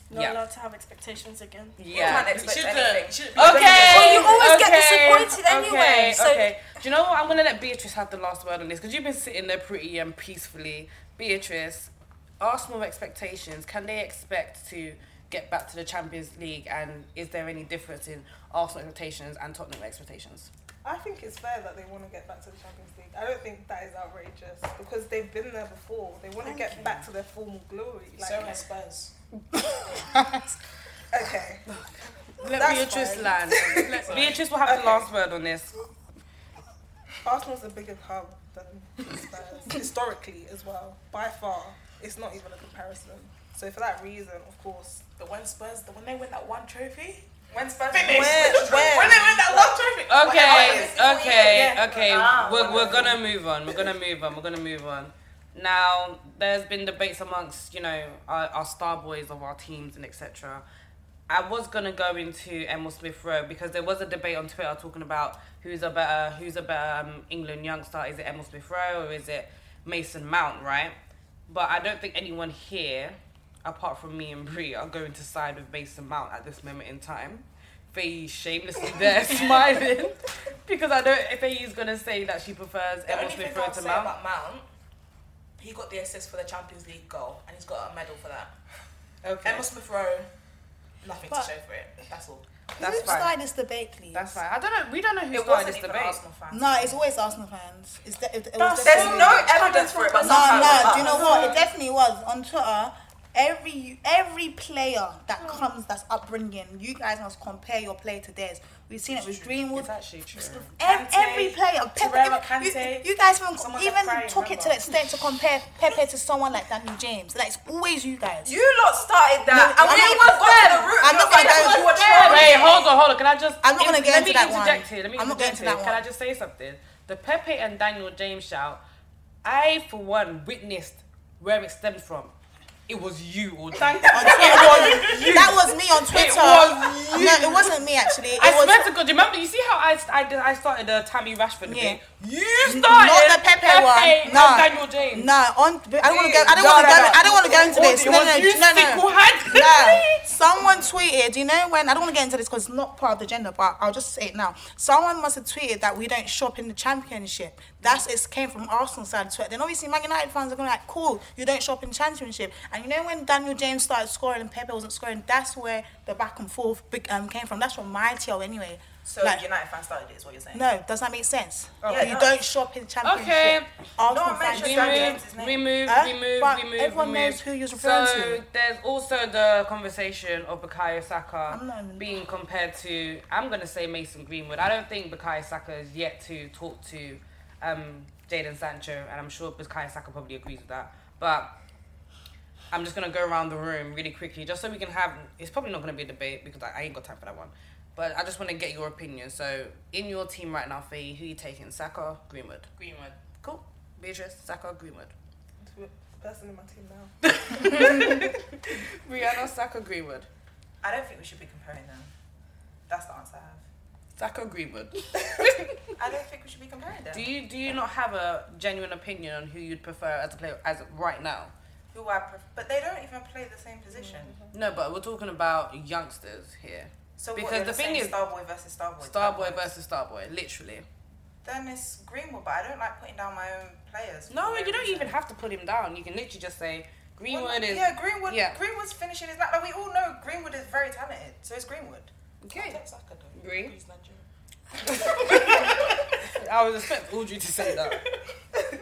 Not Yeah. allowed to have expectations again. Yeah, can't expect shouldn't. anything. Shouldn't. Well, Okay. you always get okay, disappointed anyway, Okay. so- okay. Do you know what? I'm gonna let Beatrice have the last word on this because you've been sitting there pretty and peacefully. Beatrice, Arsenal expectations. Can they expect to get back to the Champions League? And is there any difference in Arsenal expectations and Tottenham expectations? I think it's fair that they want to get back to the Champions League. I don't think that is outrageous because they've been there before. They want to get back to their formal glory. So has Spurs. <laughs> okay. Let That's Beatrice fine. <laughs> <laughs> land. Let- Beatrice will have the last word on this. Arsenal's a bigger club than <laughs> Spurs, historically as well, by far. It's not even a comparison. So for that reason, of course. But when Spurs, when they win that one trophy, when Spurs Finish. When- When, when- they win that one trophy, Okay, Whatever. okay, Yeah. okay. Ah, We're, we're whatever. gonna move on. We're gonna move on. We're gonna move on. Now, there's been debates amongst you know our, our star boys of our teams and etc. I was gonna go into Emil Smith Rowe because there was a debate on Twitter talking about who's a better who's a better um, England youngster. Is it Emil Smith Rowe or is it Mason Mount? Right, but I don't think anyone here, apart from me and Brie, are going to side with Mason Mount at this moment in time. Faye shamelessly <laughs> there <laughs> smiling because I know Faye's gonna say that she prefers The Emma only Smith thing Rowe I'll to say Mount. about Mount, he got the assist for the Champions League goal, and he's got a medal for that. Okay. Emma Smith Rowe, nothing But- to show for it. That's all. That's Who fine. started this debate, please? That's fine. I don't know. We don't know who It started wasn't this even debate. Arsenal fans. No, it's always Arsenal fans. It's de- it, it was That's- there's definitely- no evidence for it, but No, sometimes no. it's Do you know us. what? It definitely was on Twitter. Every every player Hmm. that comes that's upbringing, you guys must compare your play to theirs. We've seen it with Greenwood. It's actually true. Every, Kante, player, Pepe, Torreira, even- you, Kante, you guys even, someone like even Brian, took it remember? to the extent to compare Pepe to someone like Daniel James. Like it's always you guys. You lot started that, No, and I'm we not- even got to the root. I'm not gonna That's go- what you were Yeah, trying. Wait, hold on, hold on. Can I just? I'm not gonna in- get let into me that one. interject here. Let me I'm not going interject to that here. Can one. I just say something? The Pepe and Daniel James shout. I, for one, witnessed where it stemmed from. It was you <laughs> all day. it was you. That was me on Twitter. It was you. No, it wasn't me actually. It I was swear to God, do you remember? You see how I I, did, I started the Tammy Rashford Yeah. thing. You started not the Pepe one. and No. Daniel James. No, on, I don't want to go. I don't No, want to no, go. no. I don't want to go into this. It No, was no, no, you no, single-handedly. no. Someone tweeted. You know when? I don't want to get into this because it's not part of the agenda. But I'll just say it now. Someone must have tweeted that we don't shop in the championship. That's it. Came from Arsenal side of Twitter. Then obviously Man United fans are going like, "Cool, you don't shop in the championship." And you know when Daniel James started scoring and Pepe wasn't scoring, that's where the back and forth big- um, came from. That's from my TL anyway. So Like, United fans started it, is what you're saying? no, does that make sense? Oh. Yeah, Like, you no. don't shop in the championship. Okay. Arsenal No, fans we don't. move, we move, Huh? we move, we But move. everyone we move. knows who you're referring so to. there's also the conversation of Bukayo I'm not Saka even- being compared to, I'm going to say Mason Greenwood. I don't think Bukayo Saka is yet to talk to um, Jaden Sancho, and I'm sure Bukayo Saka probably agrees with that. But I'm just going to go around the room really quickly, just so we can have, it's probably not going to be a debate because I, I ain't got time for that one. But I just want to get your opinion. So, in your team right now, Faye, who you taking? Saka, Greenwood? Greenwood. Cool. Beatrice, Saka, Greenwood. Person in my team <laughs> now. Rihanna, Saka, Greenwood. I don't think we should be comparing them. That's the answer I have. Saka, Greenwood. I don't think we should be comparing them. do you do you not have a genuine opinion on who you'd prefer as a player as of right now? Who I pref- but they don't even play the same position. Mm-hmm. No, but we're talking about youngsters here. So because what, you're the thing saying is, Starboy versus Starboy. Starboy versus Starboy, literally. Then it's Greenwood, but I don't like putting down my own players. for No, no you don't reason. even have to put him down. You can literally just say Greenwood Well, is yeah, Greenwood. Yeah. Greenwood's finishing is like, like we all know Greenwood is very talented, so it's Greenwood. Okay. Saka though. Green. He's Nigerian. I would expect Audrey to say that. <laughs>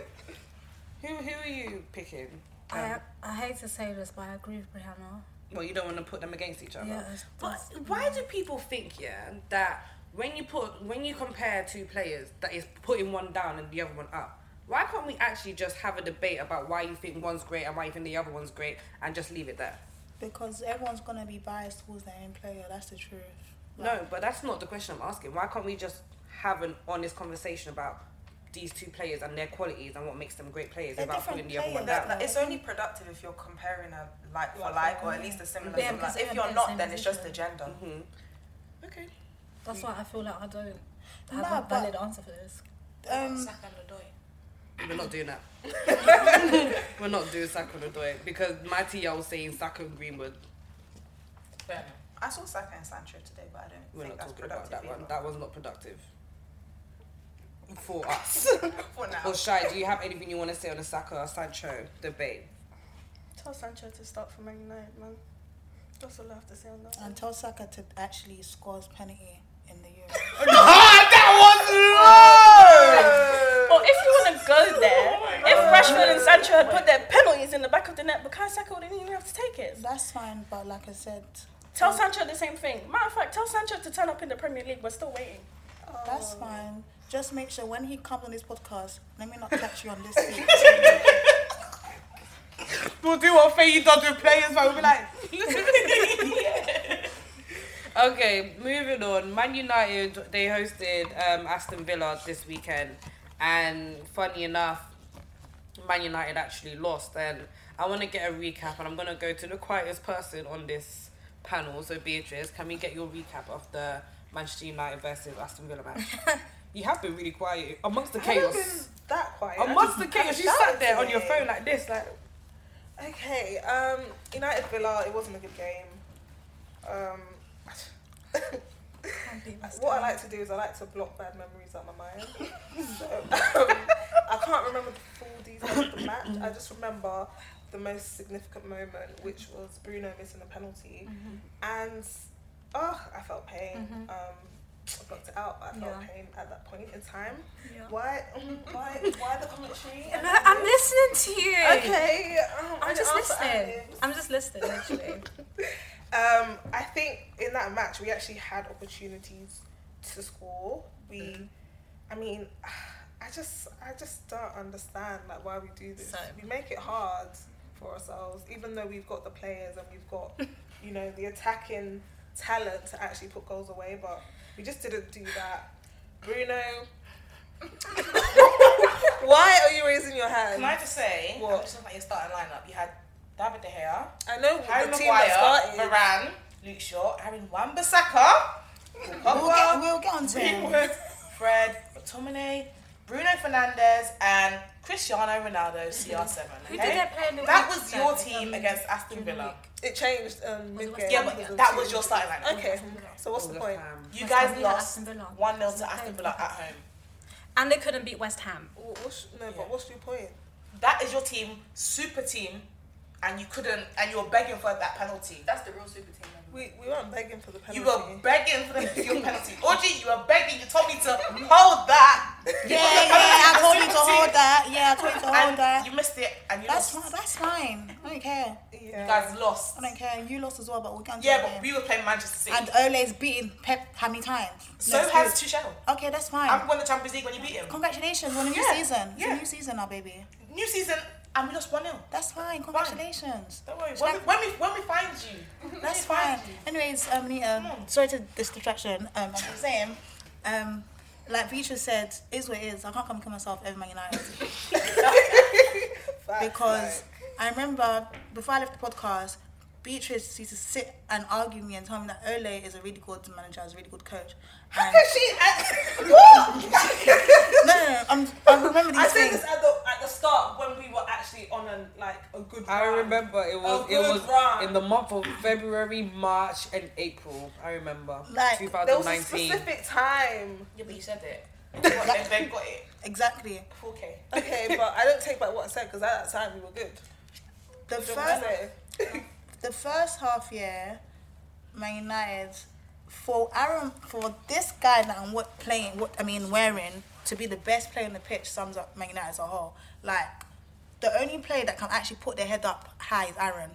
who who are you picking? I, Um, I hate to say this, but I agree with Brianna. well, you don't want to put them against each other. Yeah, it's- But why do people think yeah that when you put when you compare two players that is putting one down and the other one up? Why can't we actually just have a debate about why you think one's great and why you think the other one's great and just leave it there? Because everyone's gonna be biased towards their own player. That's the truth. No, but that's not the question I'm asking. Why can't we just have an honest conversation about these two players and their qualities and what makes them great players They're without different putting the other one players. down? That, like, it's only productive if you're comparing a like for like, or at least a similar. Yeah, to like. because If they're you're the not, same then it's just position. agenda. Mm-hmm. Okay. That's why I feel like I don't have No, a but- valid answer for this. Um, Saka and Odoi. We're not doing that. <laughs> <laughs> We're not doing Saka and Odoi because my TL was saying Saka and Greenwood. Fair I saw Saka and Sancho today, but I don't We're think not that's talking productive. about that one. either. That was not productive. For us. For now. Or Shy, do you have anything you want to say on the Saka Sancho debate? Tell Sancho to start for Man United, man. That's all I have to say on that. <laughs> And tell Saka to actually score his penalty in the Euro. Oh, Well, if you want to Oh go there, if Rashford and Sancho had put their penalties in the back of the net, Bukayo Saka wouldn't even have to take it. That's fine, but like I said, um, Tell Sancho the same thing. Matter of fact, tell Sancho to turn up in the Premier League. We're still waiting. Oh. that's fine. Just make sure when he comes on this podcast, let me not catch you <laughs> on this thing. We'll do what Faye does with players, but we'll be <laughs> like. okay, moving on. Man United, they hosted um, Aston Villa this weekend. And funny enough, Man United actually lost. And I want to get a recap, and I'm going to go to the quietest person on this panel. So, Beatrice, can we get your recap of the Manchester United versus Aston Villa match? <laughs> you have been really quiet amongst the I haven't chaos. been that quiet. I Amongst the just- chaos, I you sat there on shouted. your phone like this, like. Okay, um, United Villa, it wasn't a good game. Um, <laughs> what I like to do is I like to block bad memories out my mind. <laughs> so, um, I can't remember the full details of the match. I just remember the most significant moment, which was Bruno missing a penalty, Mhm. and oh, I felt pain. Mm-hmm. Mhm. Um, I blocked it out, but I felt Yeah. pain at that point in time. Yeah. Why? Why? Why the commentary? No, Mm-hmm. <laughs> I'm listening to you. Okay. um, I I'm just didn't ask for listening. adlibs. I'm just listening, actually. <laughs> Um, I think in that match we actually had opportunities to score. We, Mm-hmm. I mean, <sighs> I just, I just don't understand like why we do this. Same. We make it hard for ourselves, even though we've got the players and we've got, <laughs> you know, the attacking talent to actually put goals away, but we just didn't do that. Bruno, why are you raising your hand? Can I just say, What? I'm just looking at your starting lineup. You had David De Gea. I know Harry the team Maguire, that started. Varane, Luke Shaw, Aaron Wan-Bissaka, We'll get, we'll get on to him. Greenwood, Fred, McTominay, Bruno Fernandes, and Cristiano Ronaldo, CR7. Who Okay? did they play in the that week was your then? team against Aston Villa. It changed um, mid game. Yeah, but that was your starting lineup. Okay, so what's the point? You West guys Ham beat lost Aston Villa. 1 0 to Aston Villa at home. And they couldn't beat West Ham. Wha- What's, no, but what's your point? That is your team, super team, and you couldn't, and you were begging for that penalty. That's the real super team. We, we weren't begging for the penalty. <laughs> You were begging for the <laughs> your penalty. Orgy, you were begging. You told me to hold that. Yeah, yeah, I told you to hold that. Yeah, I told you to hold And that. You missed it, and you That's fine. lost. That's fine. I don't care. You guys lost. I don't care. You lost as well, but we can't. Yeah, but we were playing Manchester City. And Ole's beaten Pep how many times? so Let's has do it. Tuchel. Okay, that's fine. And we won the Champions League when you beat him. Congratulations on a new Yeah, season. It's yeah. a new season now, baby. New season, and we lost 1 0. That's fine. Congratulations. Don't worry. Should When, I- we, when, we, when we find you, when That's we find fine. Anyways, um, Nita, sorry to this distraction. Um, as I was saying, um, like Beatrice said, is what it is. I can't come and kill myself over <laughs> Man United because I remember before I left the podcast, Beatrice used to sit and argue with me and tell me that Ole is a really good manager, is a really good coach. And she. uh, <laughs> what? no, no, no, I'm, I remember I said these things. this at the at the start when we were actually on a like a good. I run. remember it was A it was good run. in the month of February, March, and April. I remember Like, There was a 2019. specific time. you. Yeah, but you said <laughs> it. They've got, they've- they've got it. Exactly. 4K. <laughs> Okay, but I don't take back what I said because at that time we were good. The Do you know what I'm first, saying? the first half year, Man United, for Aaron, for this guy that I'm what playing, what I mean wearing to be the best player on the pitch sums up Man United as a whole. Like the only player that can actually put their head up high is Aaron.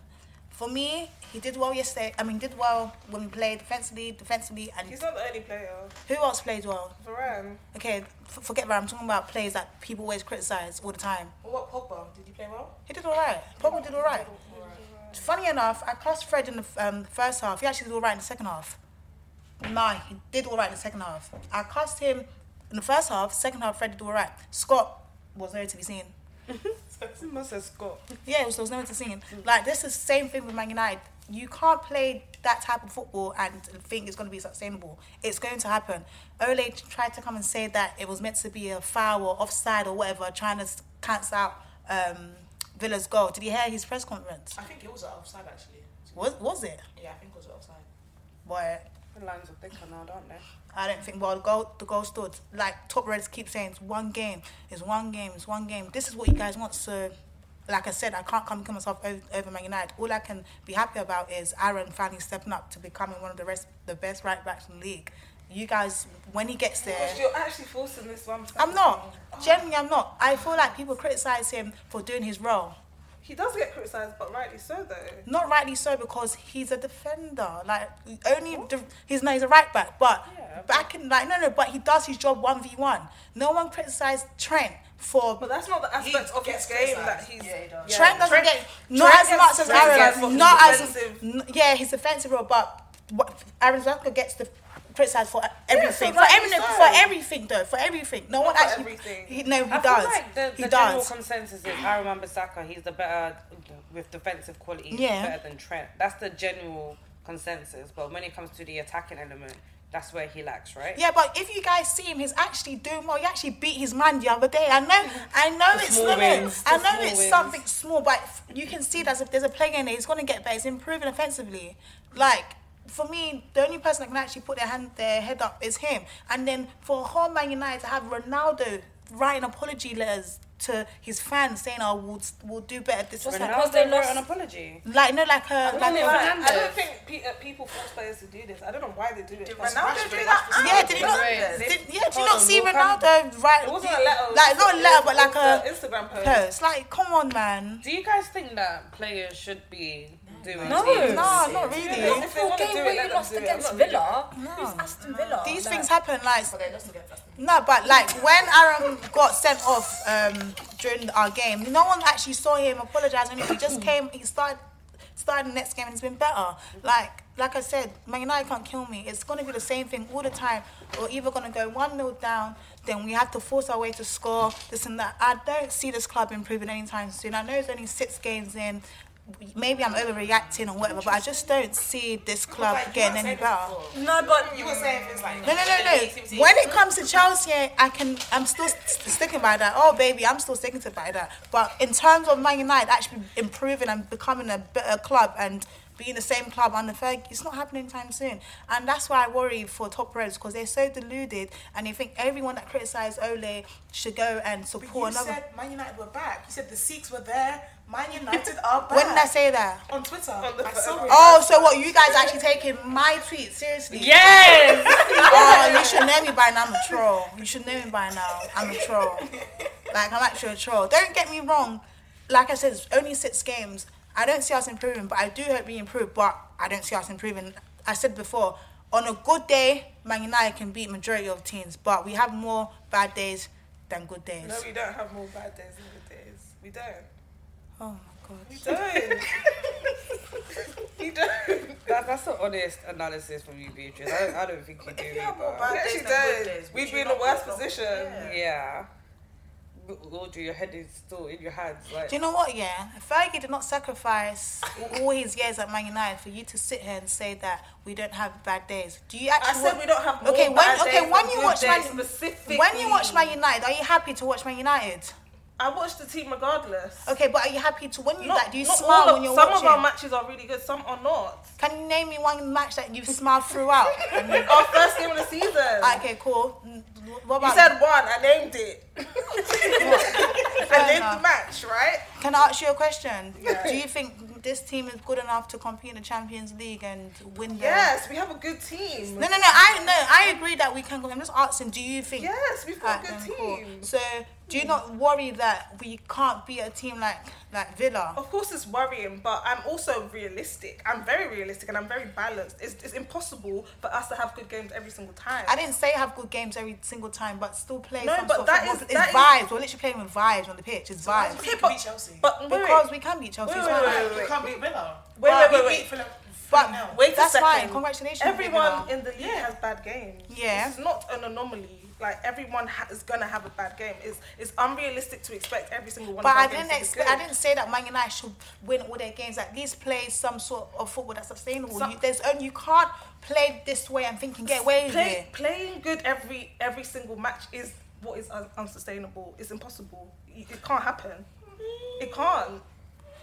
For me, he did well yesterday. I mean, did well when we played defensively, defensively, and He's not the only player. who else played well? Varane. Okay, f- forget that. I'm talking about players that people always criticize all the time. What, Pogba? Did you play well? He did all right. Pogba did all right. Funny enough, I classed Fred in the um, first half. He actually did all right in the second half. Nah, he did all right in the second half. I classed him in the first half. Second half, Fred did all right. Scott was nowhere to be seen. He must have scored. Yeah, it was, there was nowhere to be seen. Like this is the same thing with Man United. You can't play that type of football and think it's going to be sustainable. It's going to happen. Ole tried to come and say that it was meant to be a foul or offside or whatever, trying to s- cancel out um, Villa's goal. Did you hear his press conference? I think it was an offside, actually. To Was was it? Yeah, I think it was offside. Boy, The lines are thicker now, don't they? I don't think. Well, the goal the goal stood. Like top reds keep saying, it's one game, it's one game, it's one game. This is what you guys want. So, like I said, I can't come and kill myself over, over Man United. All I can be happy about is Aaron finally stepping up to becoming one of the rest the best right backs in the league. You guys, when he gets there, Because you're actually forcing this one. I'm not. Generally, I'm not. I feel like people criticize him for doing his role. He does get criticised, but rightly so though. Not rightly so because he's a defender. Like only de- he's no, he's a right back. But back in like no, no. But he does his job one v one. No one criticised Trent for. But that's not the aspect of his game that he's. Trent doesn't get not Trent as much gets- as Trent gets Aaron. fucking Not as defensive. n- yeah, he's offensive role, but what, Aaron Zaka gets the criticized for everything. so rightly for everything, so. for everything though, for everything. No one for actually. He, no, he I does. Feel like the, he the general does. consensus is I remember Saka. He's the better with defensive quality. he's Yeah. better than Trent. That's the general consensus. But when it comes to the attacking element, that's where he lacks, right? Yeah, but if you guys see him, he's actually doing well. He actually beat his man the other day. I know, I know The it's small little, wins, I the know small it's wins. something small, but you can see that if there's a play game there, he's going to get better. He's improving offensively. Like for me, the only person that can actually put their hand, their head up is him. And then for whole Man United to have Ronaldo writing apology letters to his fans saying, "Oh, we'll, we'll do better." This Ronaldo was wrote an apology. Like no, like a like a- I don't think pe- uh, people force players to do this. I don't know why they do it. Did Ronaldo do that? Yeah, did he not- did- yeah, did you not see Ronaldo right? It wasn't a letter. Like not a letter, but like a It was an Instagram post. post. Like, come on, man. Do you guys think that players should be doing? No. these? No, not really. Yeah, If they wanna game do it, where let you them lost do it. against I'm not Villa. Who's Aston Villa? These Like- things happen, like no, but like when Aaron got sent off um, during our game, no one actually saw him apologising. He just came. He started started the next game and it's been better. Like like I said, Man United can't kill me. It's gonna be the same thing all the time. We're either gonna go one 0 down, then we have to force our way to score this and that. I don't see this club improving anytime soon. I know it's only six games in. Maybe I'm overreacting or whatever, but I just don't see this club getting any better. No, but you were saying things like No, no, no, no. When it comes to Chelsea, I can, I'm still st- sticking by that. Oh, baby, I'm still sticking to by that. But in terms of Man United actually improving and becoming a better club and being the same club under Ferg, it's not happening anytime soon. And that's why I worry for top reds because they're so deluded and they think everyone that criticised Ole should go and But support you another. said Man United were back. You said the Sikhs were there. <laughs> Man United are back. When did I say that? On Twitter. I saw it. Oh, so what? You guys <laughs> actually taking my tweet seriously? Yes! <laughs> oh, you should know me by now. I'm a troll. You should know me by now. I'm a troll. Like I'm actually a troll. Don't get me wrong. Like I said, it's only six games. I don't see us improving, but I do hope we improve. But I don't see us improving. I said before, on a good day, Man United can beat majority of teams, but we have more bad days than good days. No, we don't have more bad days than good days. We don't. Oh my <laughs> god. We don't. you don't. That, that's an honest analysis from you, Beatrice. I don't, I don't think you do. but- We actually don't. We've been in the worst position. Yeah. Audrey, your head is still in your hands. Like, Do you know what? Yeah, Fergie did not sacrifice all his years at Man United for you to sit here and say that we don't have bad days. Do you actually? I said wa- we don't have more Okay, bad when days okay when than you good watch Man days, specifically. when you watch Man United, are you happy to watch Man United? I watch the team regardless. Okay, but are you happy to when you Not- like? Do you not smile all of- when you're some watching? of our matches are really good, some are not. Can you name me one match that you've smiled throughout? <laughs> our first game of the season. okay, cool. Mm, What You about said one, I named it. I named enough. the match, right? Can I ask you a question? Yeah. Do you think this team is good enough to compete in the Champions League and win? the- Yes, we have a good team. No, no, no. I no. I agree that we can go. I'm just asking. Do you think? Yes, we've got a Alright, good then, cool. team. So, do you not worry that we can't beat a team like like Villa? Of course, it's worrying, but I'm also realistic. I'm very realistic and I'm very balanced. It's, it's impossible for us to have good games every single time. I didn't say have good games every single time, but still play. No, some but sort of that football. is- it's that is- vibes. We're literally playing with vibes on the pitch. It's vibes. Okay, but, Chelsea. but wait, because we can beat Chelsea. Wait, it's wait, fine. wait, wait, wait. You can't beat Villa. Wait, But- wait, wait, we wait. beat Philip- But Wait a that's second. fine. Congratulations. Everyone Villa. in the league has bad games. Yeah. It's not an anomaly. Like everyone ha- is gonna have a bad game. It's it's unrealistic to expect every single one. But of our I didn't games to be expect. I good. didn't say that Man United should win all their games. At least play some sort of football that's sustainable. Some- you, there's only you can't play this way and think and get away with Play, it. playing good every every single match is what is un- unsustainable. It's impossible. It, it can't happen. It can't.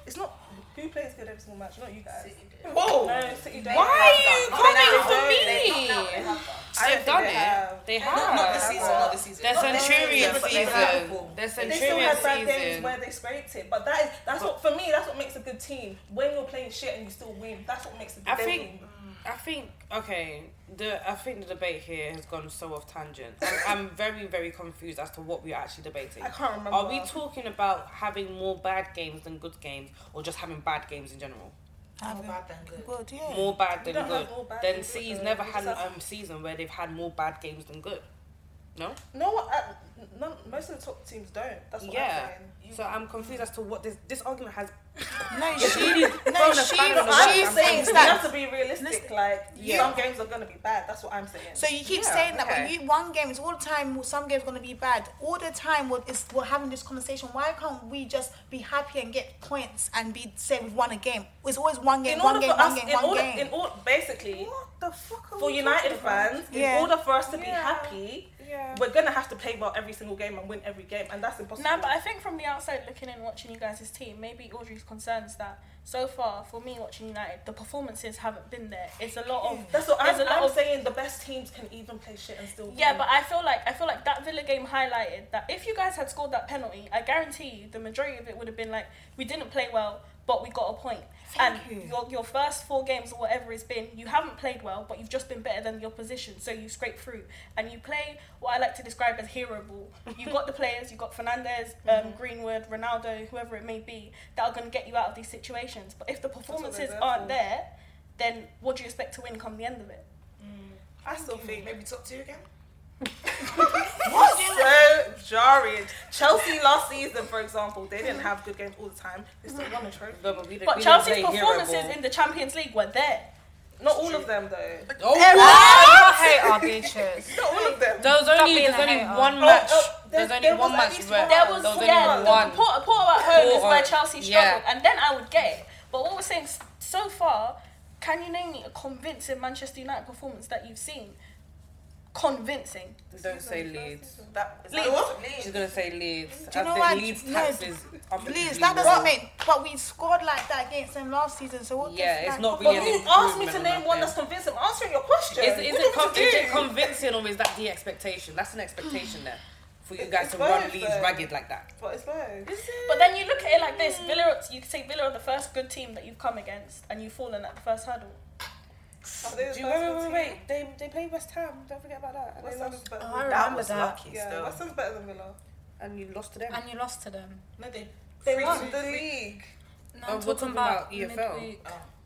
It's not. Who plays good every single match? Not you guys. Whoa. No, City Why don't. are you coming They don't. They for me? don't. They don't. They've done They it. have. They Not- have. not this season, not this season. Their Not this Centurion season, but they have. season. Their They still Centurion had bad games season. where they scraped it, but that is that's what for me. That's what makes a good team. When you're playing shit and you still win, that's what makes a good I they think. win. I think okay. The I think the debate here has gone so off tangent. I'm, I'm very very confused as to what we're actually debating. I can't remember. Are we talking about having more bad games than good games, or just having bad games in general? More bad than good. yeah. More bad We than don't have good. more bad Then than good, C's though. never We had just an have- um, season where they've had more bad games than good. No. No, uh, none, most of the top teams don't. That's what yeah. I'm saying. so I'm confused as to what this this argument has. <laughs> No, It's she, really no, thrown a she, spanner in the I'm works. saying I'm we have confused. to be realistic. Like, Yeah. some games are going to be bad. That's what I'm saying. So you keep saying that, but you one game is all the time. well, Some games gonna be bad all the time. We're, it's, we're having this conversation. Why can't we just be happy and get points and be say we've won a game? It's always one game, in one order game, for one us, game, in one order, game. in order, basically, for we United talking about? fans, Yeah. in order for us to be Yeah. happy, Yeah. we're gonna have to play well every single game and win every game, and that's impossible. Nah, but I think from the outside looking in, watching you guys' team, maybe Audrey's concerns that so far for me watching United, the performances haven't been there. It's a lot of that's what there's I'm, a lot I'm of- saying. The best teams can even play shit and still. Yeah, win. but I feel like I feel like that Villa game highlighted that if you guys had scored that penalty, I guarantee you the majority of it would have been like we didn't play well, but we got a point. Thank and you. your your first four games or whatever it's been, you haven't played well, but you've just been better than the opposition, so you scrape through and you play what I like to describe as hero ball. You got the players, you got Fernandez, um, Mm-hmm. Greenwood, Ronaldo, whoever it may be, that are going to get you out of these situations. But if the what they're performances there aren't for. there, then what do you expect to win come the end of it? Mm. I still think maybe top two again. What? so jarring. Chelsea last season, for example, they didn't have good games all the time. They still won a trophy. but we But Chelse's performances in the Champions League were there. Not all of them though. Oh, what? <laughs> bitches. Not all of them. There was only there's only one match. There's only one match where Oh, There was, yeah, only the one. Port, Port at home is Porto, where Chelsea struggled, yeah. and then I would get it. But what we're saying s- so far, can you name me a convincing Manchester United performance that you've seen? Convincing. Don't say Leeds. That, Leeds. What? She's gonna say Leeds. Do I you know think what? Leeds No, tax is Please, unbelievable. that doesn't make. But we scored like that against them last season. So what? Yeah, it's gives, like- not But really an you asked me to improvement name on one that that's convincing. I'm answering your question. Is, is, What it do you con- want me is to it do? convincing or is that the expectation? That's an expectation there for you guys it's to run both, Leeds though. ragged like that. But it's both. But then you look at it like this: Villa, you could say Villa are the first good team that you've come against, and you've fallen at the first hurdle. Do you- wait, wait, wait, wait. They they play West Ham. Don't forget about that. And West they Ham's lost. better Oh, than I Villa. remember that. Yeah, still. West Ham's better than Villa. And you lost to them. And you lost to them. No, they They they won. won the league. No, Oh, I'm we're talking, talking about, about EFL. midweek.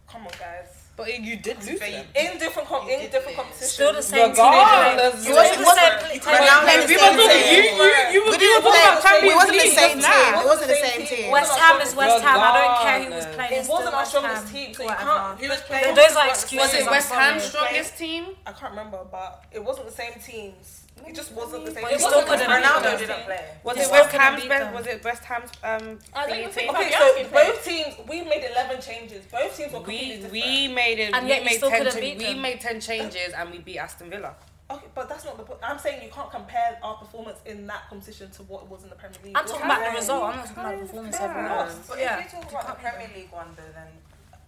Come on, guys. But you did lose to them. In different com- in different competitions. Still Ah, the same Regardless, team. anyway. It wasn't the same- you it couldn't play the wasn't the same same team. team. You- you- you were- We you were didn't talking play- about Champions It wasn't the League same just now. team. It wasn't the same team. West Ham is West Ham. I don't care who was playing. It it's wasn't still our West strongest Ham, team, so you whatever. can't. Who Who was was playing? playing? Those are excuses, Was it I'm West sorry. Ham's strongest team? I can't remember, but it wasn't the same teams. It just wasn't the same. But it you still wasn't couldn't the beat Ronaldo them. didn't play. Was Yeah. it West Still couldn't Ham's? beat best- them. Was it West Ham's? Um, I don't even thingy think team? about Okay, the so asking place. both teams, we made 11 changes. Both teams were completely We different. we made it. And we yet you made still 10 couldn't to- beat We them. made ten changes and we beat Aston Villa. Okay, but that's not the point. I'm saying you can't compare our performance in that competition to what it was in the Premier League. I'm talking about the result. I'm not talking about the performance fair. overall. But Yeah. if you talk about the Premier League one though, then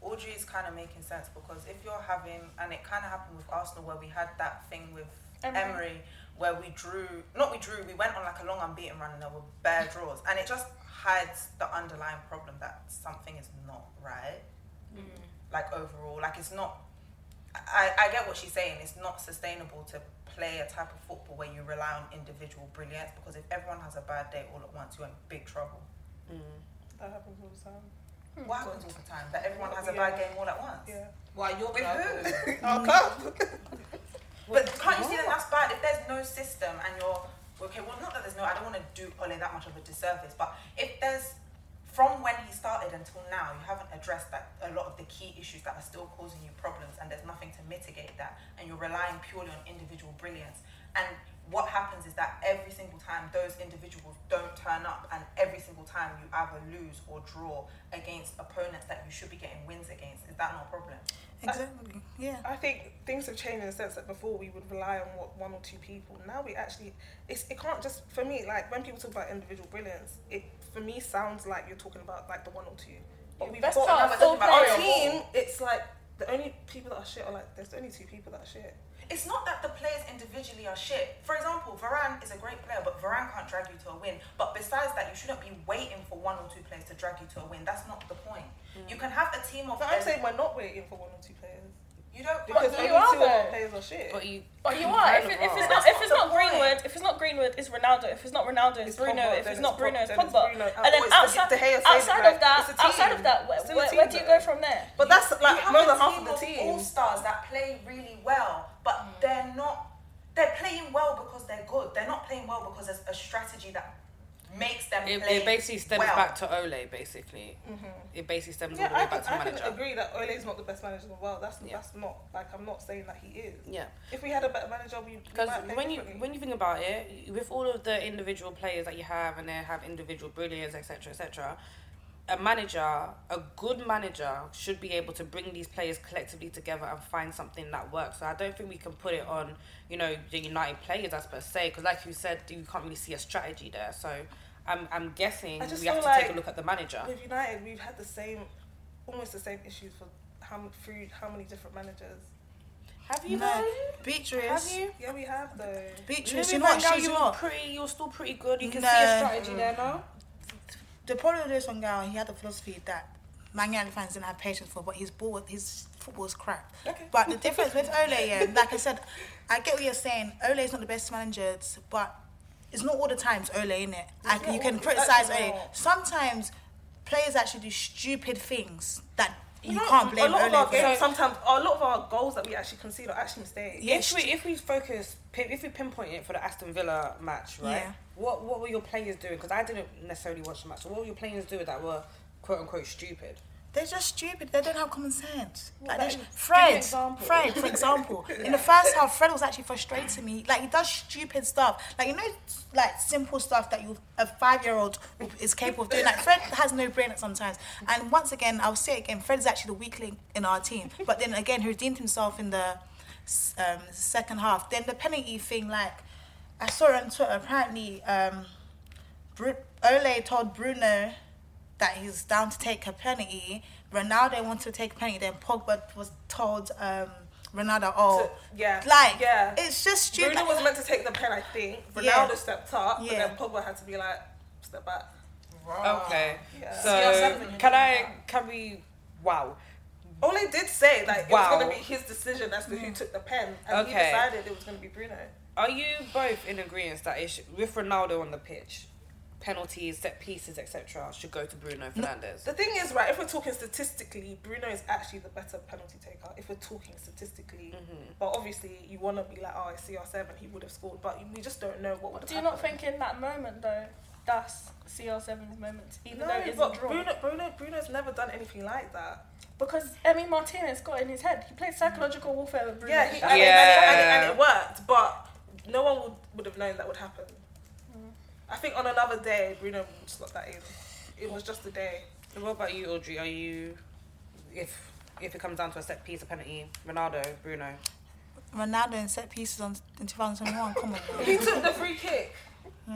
Audrey's kind of making sense because if you're having, and it kind of happened with Arsenal where we had that thing with Emery. Emery, where we drew, not we drew, we went on like a long unbeaten run and there were bare draws, and it just hides the underlying problem that something is not right. Mm. Like overall, like it's not. I, I get what she's saying. It's not sustainable to play a type of football where you rely on individual brilliance because if everyone has a bad day all at once, you're in big trouble. That happens all the time. What happens all the time? That everyone has a bad game all at once. Yeah. Why you're With who? Our club. But can't you see that that's bad? If there's no system and you're okay, well, not that there's no. I don't want to do Ole that much of a disservice, but if there's from when he started until now, you haven't addressed that a lot of the key issues that are still causing you problems, and there's nothing to mitigate that, and you're relying purely on individual brilliance. And what happens is that every single time those individuals don't turn up, and every single time you either lose or draw against opponents that you should be getting wins against. Is that not a problem? Exactly. Yeah. I think things have changed in the sense that before we would rely on what one or two people. Now we actually, it's, it can't just for me like when people talk about individual brilliance, it for me sounds like you're talking about like the one or two. But we've Best got part, another- full player. our team. It's like the only people that are shit are like there's only two people that are shit. It's not that the players individually are shit. For example, Varane is a great player, but Varane can't drag you to a win. But besides that, you shouldn't be waiting for one or two players to drag you to a win. That's not the point. Mm. You can have a team of. But I'm um, saying we're not waiting for one or two players. You don't because But only you two are of our though. players are shit. But you, <laughs> But you are. If, it, if it's not, if it's not Greenwood, if it's not Greenwood, it's Ronaldo. If it's not Ronaldo, it's, Bruno. Pogba, if then it's not it's Bruno, Pog- it's then it's Pogba. Bruno. And Oh, then it's the- outside, De Gea said it, outside right? of that, It's a team. outside of that, where, It's still a where, team, where do you though. go from there? But that's like have more a than half of the team. team. All stars that play really well, but Mm. they're not. They're playing well because they're good. They're not playing well because there's a strategy that makes them It, play. it basically stems well. back to Ole, basically. Mm. Mm-hmm. It basically stems all the way I back can, to I manager. can agree that Ole is not the best manager in the world. That's that's not like I'm not saying that he is. Yeah. If we had a better manager, we we Because might play when you differently. when you think about it, with all of the individual players that you have and they have individual brilliance, etc., etc., a manager, a good manager, should be able to bring these players collectively together and find something that works. So I don't think we can put it on, you know, the United players as per se, because like you said, you can't really see a strategy there. So I'm I'm guessing I just we feel have to take like a look at the manager. With United, we've had the same, almost the same issues for how m- through how many different managers. Have you No. though? Beatrice. Have you? Yeah, we have though. Louis Beatrice, you know what? Van Gaal, She's you were not. pretty. You're still pretty good. You can No. see a strategy there Mm. now. The problem with this one guy, he had the philosophy that Man United fans didn't have patience for, but his ball, his football's crap. But the difference with Ole, yeah, like I said, I get what you're saying. Ole is not the best manager, it's- but it's not all the times Ole in it. I, not you can all- criticize actually Ole. not. Sometimes players actually do stupid things that you, know, can't blame a lot Ole of our for. games. sometimes a lot of our goals that we actually concede are actually mistakes. If we if we focus pin- if we pinpoint it for the Aston Villa match, right? Yeah. What what were your players doing? Because I didn't necessarily watch the match. So what were your players doing that were quote unquote stupid? They're just stupid. They don't have common sense. Well, that Like, they- is- give me Fred, an example. <laughs> Fred, for example, in the first half, Fred was actually frustrating me. Like he does stupid stuff. Like you know, like simple stuff that you a five year old is capable of doing. Like Fred has no brain at sometimes. And once again, I'll say it again, Fred's actually the weak link in our team. But then again, he redeemed himself in the um, second half. Then the penalty thing, like I saw on Twitter, apparently um, Bru- Ole told Bruno that he's down to take a penalty. Ronaldo wanted to take a penalty. Then Pogba was told um, Ronaldo, oh, yeah, like yeah, it's just stupid. Bruno was meant to take the pen, I think. Ronaldo Yeah. stepped up, Yeah. but then Pogba had to be like, step back. Ah. Okay. Yeah. So can I can we wow. Ole did say like it Wow. was gonna be his decision as to Mm. who took the pen, and he Okay. decided it was gonna be Bruno. Are you both in agreement that it should, with Ronaldo on the pitch, penalties, set pieces, etc., should go to Bruno Fernandez? The thing is, right? If we're talking statistically, Bruno is actually the better penalty taker. If we're talking statistically, Mm-hmm. but obviously you want to be like, oh, it's CR7, he would have scored, but we just don't know what would have Do you not think in that moment though, that's CR7's moment, even No, though it's a but draw? Bruno, Bruno, Bruno's never done anything like that. Because Emi Martinez got it in his head. He played psychological warfare with Bruno. Yeah, he, and, it- And, it, and, it, and it worked, but no one would, would have known that would happen. I think on another day, Bruno would slot that in. It was just a day. And what about you, Audrey? Are you if if it comes down to a set piece, a penalty, Ronaldo, Bruno? Ronaldo in set pieces on in 2021. Come on, bro. He took the free kick.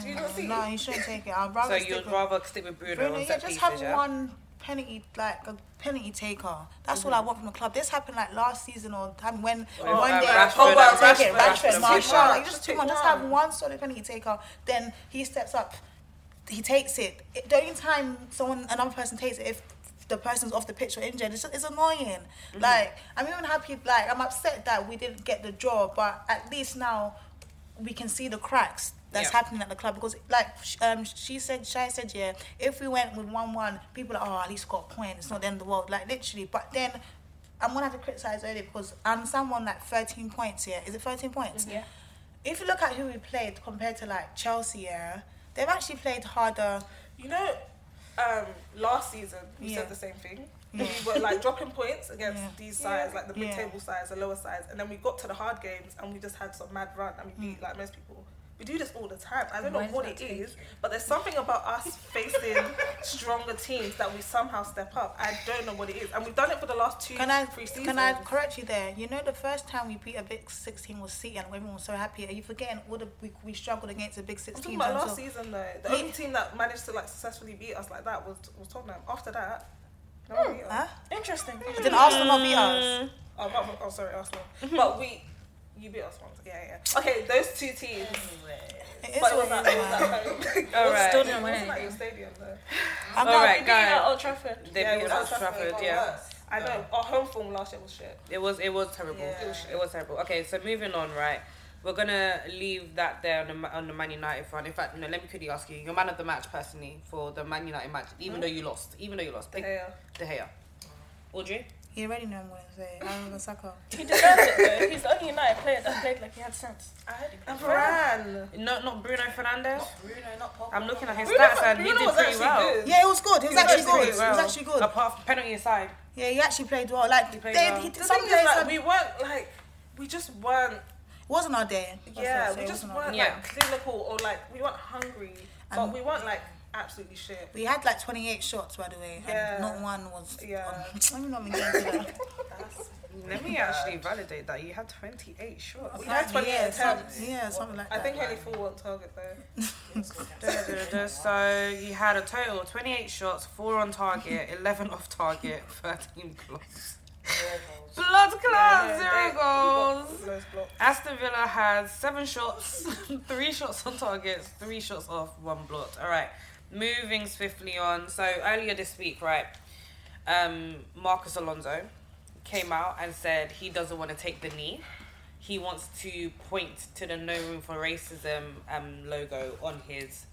Do you not see? No, he shouldn't take it. I'd rather. so stick you'd with rather stick with Bruno, Bruno, on yeah, set just pieces, have yeah? one penalty, like a penalty taker. That's all I Mm-hmm. want from the club. This happened like last season or time when Well, one um, day Rashford, Pogba um, will take it, Rashford, Rashford, Rashford, Rashford, Martial, Rashford. like just two one. Just have one solid penalty taker. Then he steps up, he takes it. it. The only time someone another person takes it if the person's off the pitch or injured, it's, it's annoying. Like I'm even happy. Like I'm upset that we didn't get the draw, but at least now we can see the cracks that's Yeah. happening at the club because like sh- um she said Shai said yeah if we went with one one people are oh at least got a point it's not the end of the world like literally but then I'm gonna have to criticize early because I'm someone like 13 points yeah is it 13 points Yeah. if you look at who we played compared to like Chelsea yeah they've actually played harder You know, um, last season we Yeah. said the same thing. We were like dropping points against these sides, like the Yeah. mid-table sides, the lower sides, and then we got to the hard games and we just had some mad run and we beat Mm. like most people. We do this all the time. I don't know Where's what that it is, but there's something about us facing <laughs> stronger teams that we somehow step up. I don't know what it is, and we've done it for the last two, Can I three seasons. can I correct you there? You know the first time we beat a big sixteen was City and everyone was so happy. Are you forgetting all the we, we struggled against a big I'm sixteen? talking about until- last season though. The Yeah. only team that managed to like successfully beat us like that was was Tottenham. After that, Hmm. Huh? Interesting. Then Arsenal not beat us. Mm-hmm. Oh, but, oh, sorry, Arsenal. but we, you beat us once. Yeah, yeah. Okay, those two teams. It is But what that- it is. that- <laughs> All It right. still didn't It win wasn't at anything. your stadium, though. I'm All not- right, we beat guys. at Old Trafford. They Yeah, beat it was Old Old Trafford, Trafford, it got yeah. worse. I know. Our home form last year was shit. It was it was terrible. Yeah. It, was, it was terrible. Okay, so moving on, right? We're gonna leave that there on the Ma- on the Man United front. In fact, no. Let me quickly ask you. Your man of the match, personally, for the Man United match, even Hmm? though you lost, even though you lost, De pick Gea. De Gea. Audrey. You already know what I'm going to say. I'm going to suck up. He deserves it though. He's the only United player that played like he had sense. I heard he And Varane. No, not Bruno Fernandez. Bruno, not Pogba. I'm looking at his Bruno- stats and Bruno he did was pretty actually well. good. Yeah, he was good. He was actually did pretty good. He was actually good. Apart from penalty aside. Yeah, he actually played well. Like, they, played well. he, The some thing is, players like, had- We weren't like, we just weren't. It wasn't our day. That's what I Yeah, say, we it Um, just wasn't our weren't day. like clinical or like we weren't hungry, but And- we weren't like absolutely shit. <laughs> We had like 28 shots, by the way, Yeah. and not one was. <laughs> Yeah. On. <laughs> Let me not make that clear. Let me actually validate that. You had 28 shots. We had 28 Yeah, <laughs> some- attempts. yeah, something like I think that. only four were on target <laughs> though. Da-da-da-da. So you had a total of 28 shots, 4 on target, 11 off target, <laughs> 13 blocks. Blood clots, Yeah, zero they- goals. Loads blocked. Aston Villa had 7 shots, <laughs> 3 shots on targets, 3 shots off, 1 block. All right, moving swiftly on. So earlier this week, right, um, Marcus Alonso came out and said he doesn't want to take the knee. He wants to point to the No Room for Racism um, logo on his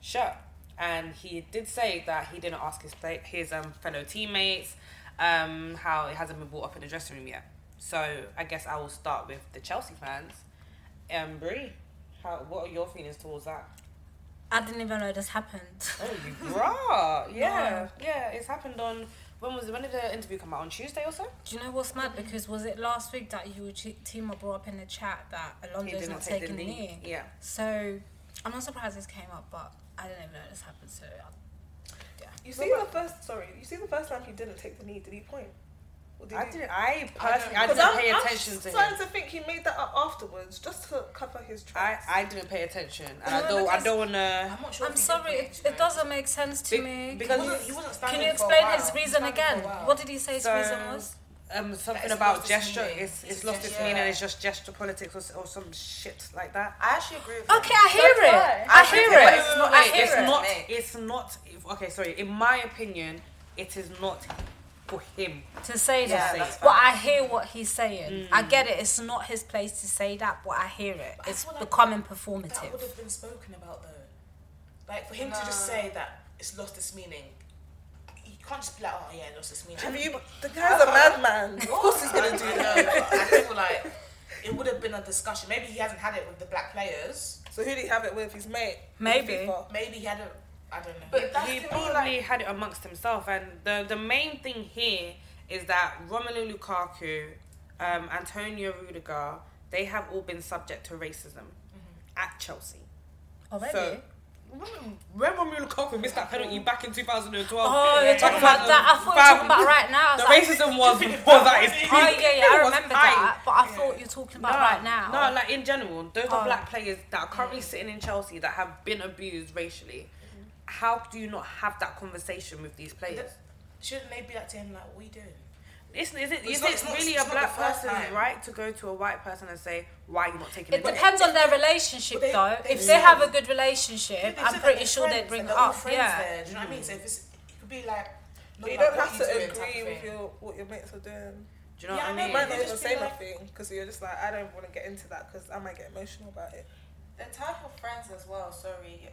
shirt. And he did say that he didn't ask his pla- his um, fellow teammates um, how it hasn't been brought up in the dressing room yet. So I guess I will start with the Chelsea fans. Um, Brie, how what are your feelings towards that? I didn't even know this happened. Oh, you bruh. Yeah, yeah. It's happened on when was when did the interview come out on Tuesday or so? Do you know what's mad? Because was it last week that you Tima brought up in the chat that Alonso's did not not take the taking the knee? knee. Yeah. So I'm not surprised this came up, but I didn't even know this happened. So I, yeah. You see the first sorry, you see the first time he didn't take the knee, did he point? Or I he- didn't- I personally- I 'Cause didn't I'm- pay I'm attention to him. starting to think he made that up afterwards just to cover his tracks. I didn't pay attention, and I No, don't I because- don't wanna. I'm, sorry, it, it doesn't make sense to Be- me. because Can he you- wasn't- he wasn't Can standing you for a explain while. his He was reason standing for a again? while. What did he say his So, reason was? Um, something it's about lost its gesture. meaning. It's, it's It's lost its gesture. meaning. It's just gesture politics or, s- or some shit like that. I actually agree with Okay, I hear it. I hear it. It's not. I it- hear it's it. not. It's not. Okay, sorry. In my opinion, it is not for him to say that. say it. But I hear what he's saying. I Mm. get it. It's not his place to say that, but I hear it. It's becoming That performative. would have been spoken about though. Like for him to just say that it's lost its meaning. You can't just be like, oh yeah, it lost its meaning. Have you- <laughs> the guy's a madman. Of course he's gonna do that. But I feel like it would have been a discussion. Maybe he hasn't had it with the black players. So who did he have it with? His mate. Maybe. Maybe he had it. I don't know. But he probably had it amongst himself. And the, the main thing here is that Romelu Lukaku, um, Antonio Rudiger, they have all been subject to racism at Chelsea. Already? So, when Romelu Lukaku missed that penalty back in 2012. Oh, you're talking about that. I thought you were talking about right now. I The was like- <laughs> racism was before that. It's peak. Oh yeah, yeah, I It was remember high. that. But I thought you were talking about No, right now. No, like in general, those Oh. Mm. are black players that are currently sitting in Chelsea that have been abused racially. How do you not have that conversation with these players? Shouldn't they be like to him like, what are you doing? It's, is it, It's is not- it it's not- really it's a not black the first person's time. right to go to a white person and say, why are you not taking It the knee?" depends on their relationship, though. If they have a good relationship, I'm pretty sure they'd bring it up. Yeah. There, do you know what I mean? So if it's, it could be like, no, But you like, don't what have you to doing type of agree with thing. your what your mates are doing. Do you know yeah, what I mean? You might not It's even just say be like- nothing because you're just like, I don't want to get into that because I might get emotional about it. the type of friends as well. Sorry,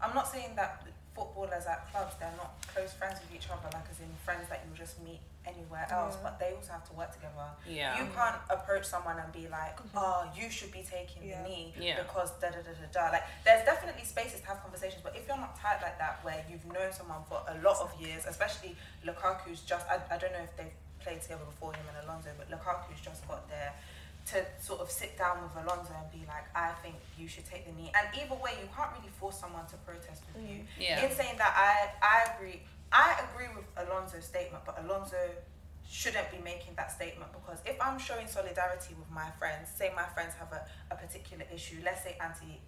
I'm not saying that footballers at clubs they're not close friends with each other, like as in friends that you just meet anywhere else. Yeah. But they also have to work together. Yeah. you can't approach someone and be like, "Oh, you should be taking the knee Yeah. because da da da da da." Like, there's definitely spaces to have conversations, but if you're not tight like that, where you've known someone for a lot of years, especially Lukaku's just I, I don't know if they've played together before him and Alonso, but Lukaku's just got there to sort of sit down with Alonso and be like, I think you should take the knee. And either way, you can't really force someone to protest with you. Yeah. In saying that, I I agree. I agree with Alonso's statement, but Alonso shouldn't be making that statement because if I'm showing solidarity with my friends, say my friends have a, a particular issue, let's say anti,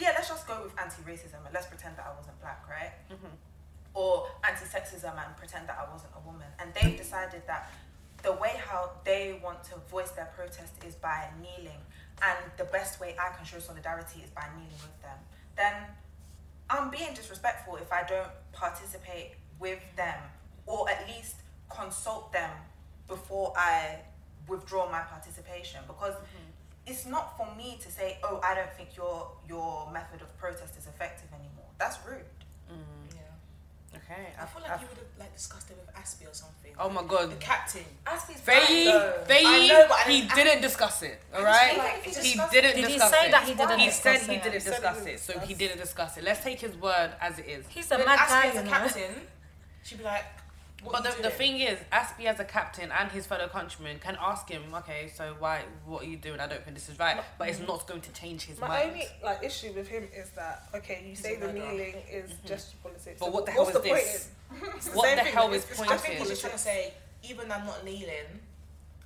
yeah, let's just go with anti-racism and let's pretend that I wasn't black, right? or anti-sexism and pretend that I wasn't a woman. And they've decided that the way how they want to voice their protest is by kneeling, and the best way I can show solidarity is by kneeling with them. Then I'm being disrespectful if I don't participate with them or at least consult them before I withdraw my participation because it's not for me to say, "Oh, I don't think your your method of protest is effective anymore." That's rude. Mm-hmm. Yeah. Okay. I feel like you would have like discussed it with Aspie or something. Oh my god. The captain. Aspie's back, Faye, though. I Faye, know, but I he didn't- I- didn't discuss it. All I just right, feel like if he he discussed didn't it- Did discuss he it. say that he didn't He said discuss he it? didn't He said he discuss didn't it, so he didn't discuss it. Let's take his word as it is. He's a Then mad Aspie guy, as a you know. captain, she'd be like, But the, the thing is, Aspie as a captain and his fellow countrymen can ask him, okay, so why, what are you doing? I don't think this is right. But it's not going to change his mm. My mind. only like issue with him is that okay, you say a the murderer. kneeling is gesture politics. Mm-hmm. But what the what's hell the is point <laughs> this? in- It's What same the thing, hell it's- is it's point I just think is? he's just trying to say, even I'm not kneeling,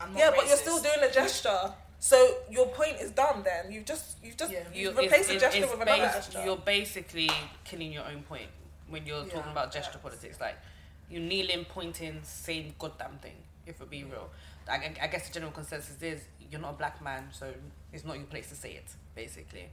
I'm not Yeah, but you're racist. still doing a gesture. So your point is dumb. Then you've just you've just You- you've replaced it's- a gesture it's with another bas- gesture. You're basically killing your own point when you're talking about gesture politics. Like, you kneeling, pointing, saying goddamn thing, if it be real. I, I- I guess the general consensus is you're not a black man, so it's not your place to say it, basically.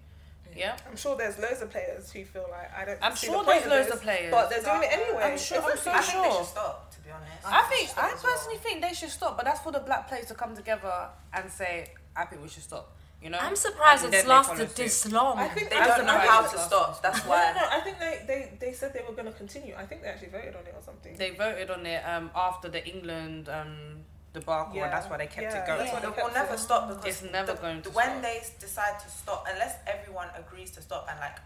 Yeah? I'm sure there's loads of players who feel like I don't. I'm see sure the point there's loads this, of players. but they're doing it anyway. I'm sure. I'm so I think they sure. should stop. To be honest, I think I personally think they should stop, but that's for the black players to come together and say, "I think we should stop." You know, I'm surprised And it's then they lasted follow suit. this long. I think I'm they don't know surprised how it's to lasted stop. this That's long. No, no, no. I think they, they, they said they were going to continue. I think they actually voted on it or something. They voted on it um, after the England um, debacle, Yeah. and that's why they kept Yeah, it going. that's why they It will never stop because It's never the- going to when stop. they s- decide to stop, unless everyone agrees to stop and like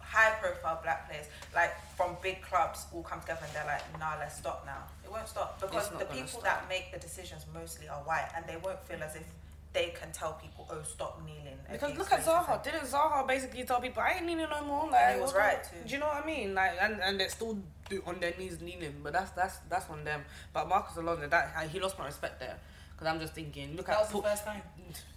high profile black players, like from big clubs, all come together and they're like, nah, let's stop now. It won't stop because It's not the gonna people stop. that make the decisions mostly are white and they won't feel as if they can tell people, oh, stop kneeling. Because against look at racism." Zaha. Didn't Zaha basically tell people, I ain't kneeling no more? Like, he was what the- right too. Do you know what I mean? Like, and, and they're still do- on their knees kneeling, but that's that's that's on them. But Marcus Alonso, that I- he lost my respect there. Because I'm just thinking, look That at was the Paul- first time.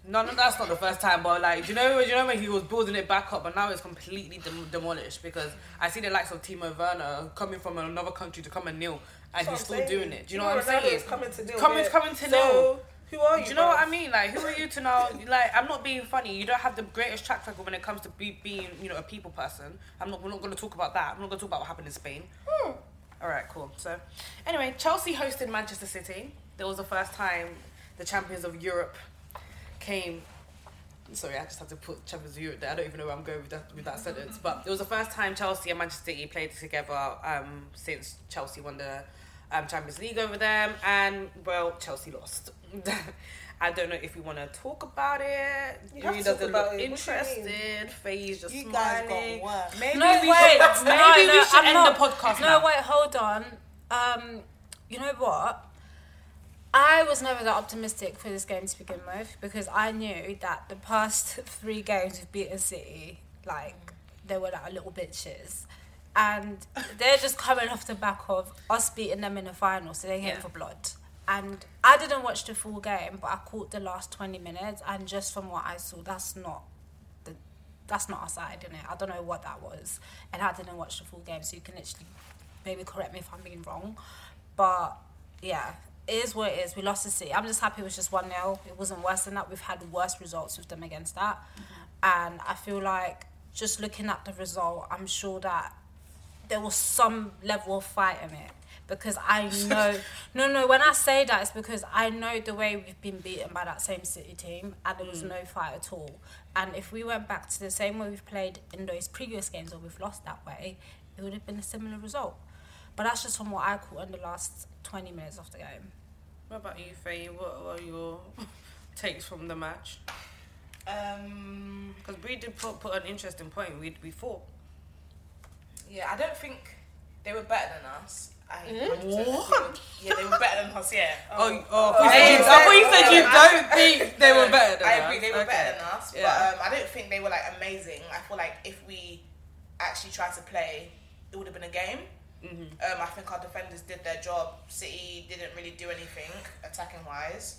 No, no, that's not the first time. But like, do you know, do you know when he was building it back up, but now it's completely dem- demolished because I see the likes of Timo Werner coming from another country to come and kneel, and That's he's what still I'm saying. doing it. Do you Even know what I'm Ronaldo's saying? coming to kneel Coming, there. coming So, to kneel. who are you, Do you know what I bruv? mean? Like, who are you to know? Like, I'm not being funny. You don't have the greatest track record when it comes to be, being, you know, a people person. I'm not. We're not going to talk about that. I'm not going to talk about what happened in Spain. All right, cool. So, anyway, Chelsea hosted Manchester City. That was the first time the champions of Europe came. Sorry, I just had to put champions of Europe there. I don't even know where I'm going with that with that sentence. But it was the first time Chelsea and Manchester City played together um, since Chelsea won the um, Champions League over them, and well, Chelsea lost. I don't know if we want to talk about it. You have Bree to talk doesn't about look it. What do you mean? interested. Faye's just You guys got smiling. work. Maybe no, we wait, should, no, maybe no, we should I'm end not, the podcast No, now. wait, hold on. Um, you know what? I was never that optimistic for this game to begin with because I knew that the past three games we've beaten City, like they were like little bitches, and they're just coming off the back of us beating them in the final, so they came Yeah. for blood. And I didn't watch the full game, but I caught the last twenty minutes, and just from what I saw, that's not the that's not our side, innit? I don't know what that was, and I didn't watch the full game, so you can literally maybe correct me if I'm being wrong, but yeah, it is what it is. We lost to City. I'm just happy it was just one 0 It wasn't worse than that. We've had worse results with them against that, and I feel like just looking at the result, I'm sure that there was some level of fight in it because I know no no when I say that it's because I know the way we've been beaten by that same City team and there was Mm. no fight at all and if we went back to the same way we've played in those previous games or we've lost that way it would have been a similar result but that's just from what I caught in the last 20 minutes of the game What about you, Faye? What were your <laughs> takes from the match? Um, because Bree did put, put an interesting point. We we thought. Yeah, I don't think they were better than us. I Mm? 100% agree. What? Yeah, they were better than us. Yeah. Oh, you- oh, I thought you said- I thought you said you don't think they were better <laughs> than I agree, us. they were better Okay. than us, Yeah. but um, I don't think they were like amazing. I feel like if we actually tried to play, it would have been a game. Mhm. Um, I think our defenders did their job. City didn't really do anything attacking wise,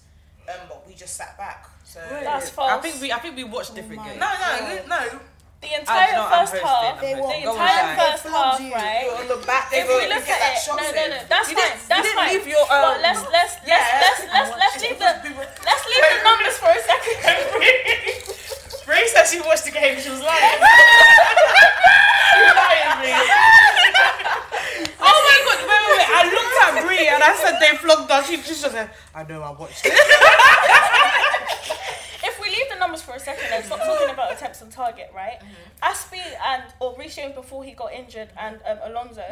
um, but we just sat back. So Oh I think we I think we watched different games. No, no, no. The entire know, I'm first hosting. half, They the will- Go entire on. first They half, flogged you. right? You on the back, they if go, we "You look get at that it, no, shot no, saved." no, that's fine. You didn't- you that's didn't fine. leave your, But um, let's let's let's Yeah. let's let's let's leave <laughs> the let's leave the numbers for a second. <laughs> Brie said she watched the game. She was <laughs> lying. You're lying, Brie. Oh my god, wait, wait, wait. I looked at Brie and I said they flogged us. She just said, I know, I watched it. if we leave the numbers for a second and stop talking about attempts on target, right? Mm-hmm. Aspie and or Richie before he got injured and um, Alonso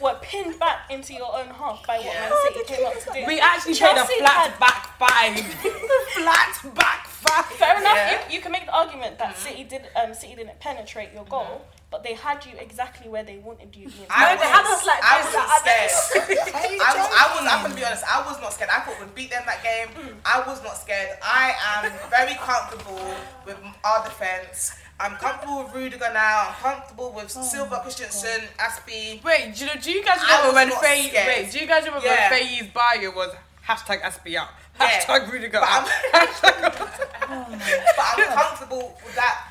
were pinned back into your own half by what Man City came up to do. We actually played a flat back five. flat back five. Fair enough. Yeah. You, you can make the argument that Mm-hmm. City did um, City didn't penetrate your goal, but they had you exactly where they wanted you. the I entire was, game. I was <laughs> scared. <laughs> I was, I was, I'm gonna joking? be honest, I was not scared. I thought we'd beat them that game. Hmm. I was not scared. I am very comfortable with our defence. I'm comfortable with Rudiger now. I'm comfortable with Silva, Christensen, Aspie. Oh Wait, do you, do you guys I remember was when not Faye? scared. Wait, do you guys remember Yeah. when Faye's bio was hashtag Aspie out, Yeah. hashtag Rudiger But out? <laughs> but I'm comfortable with that.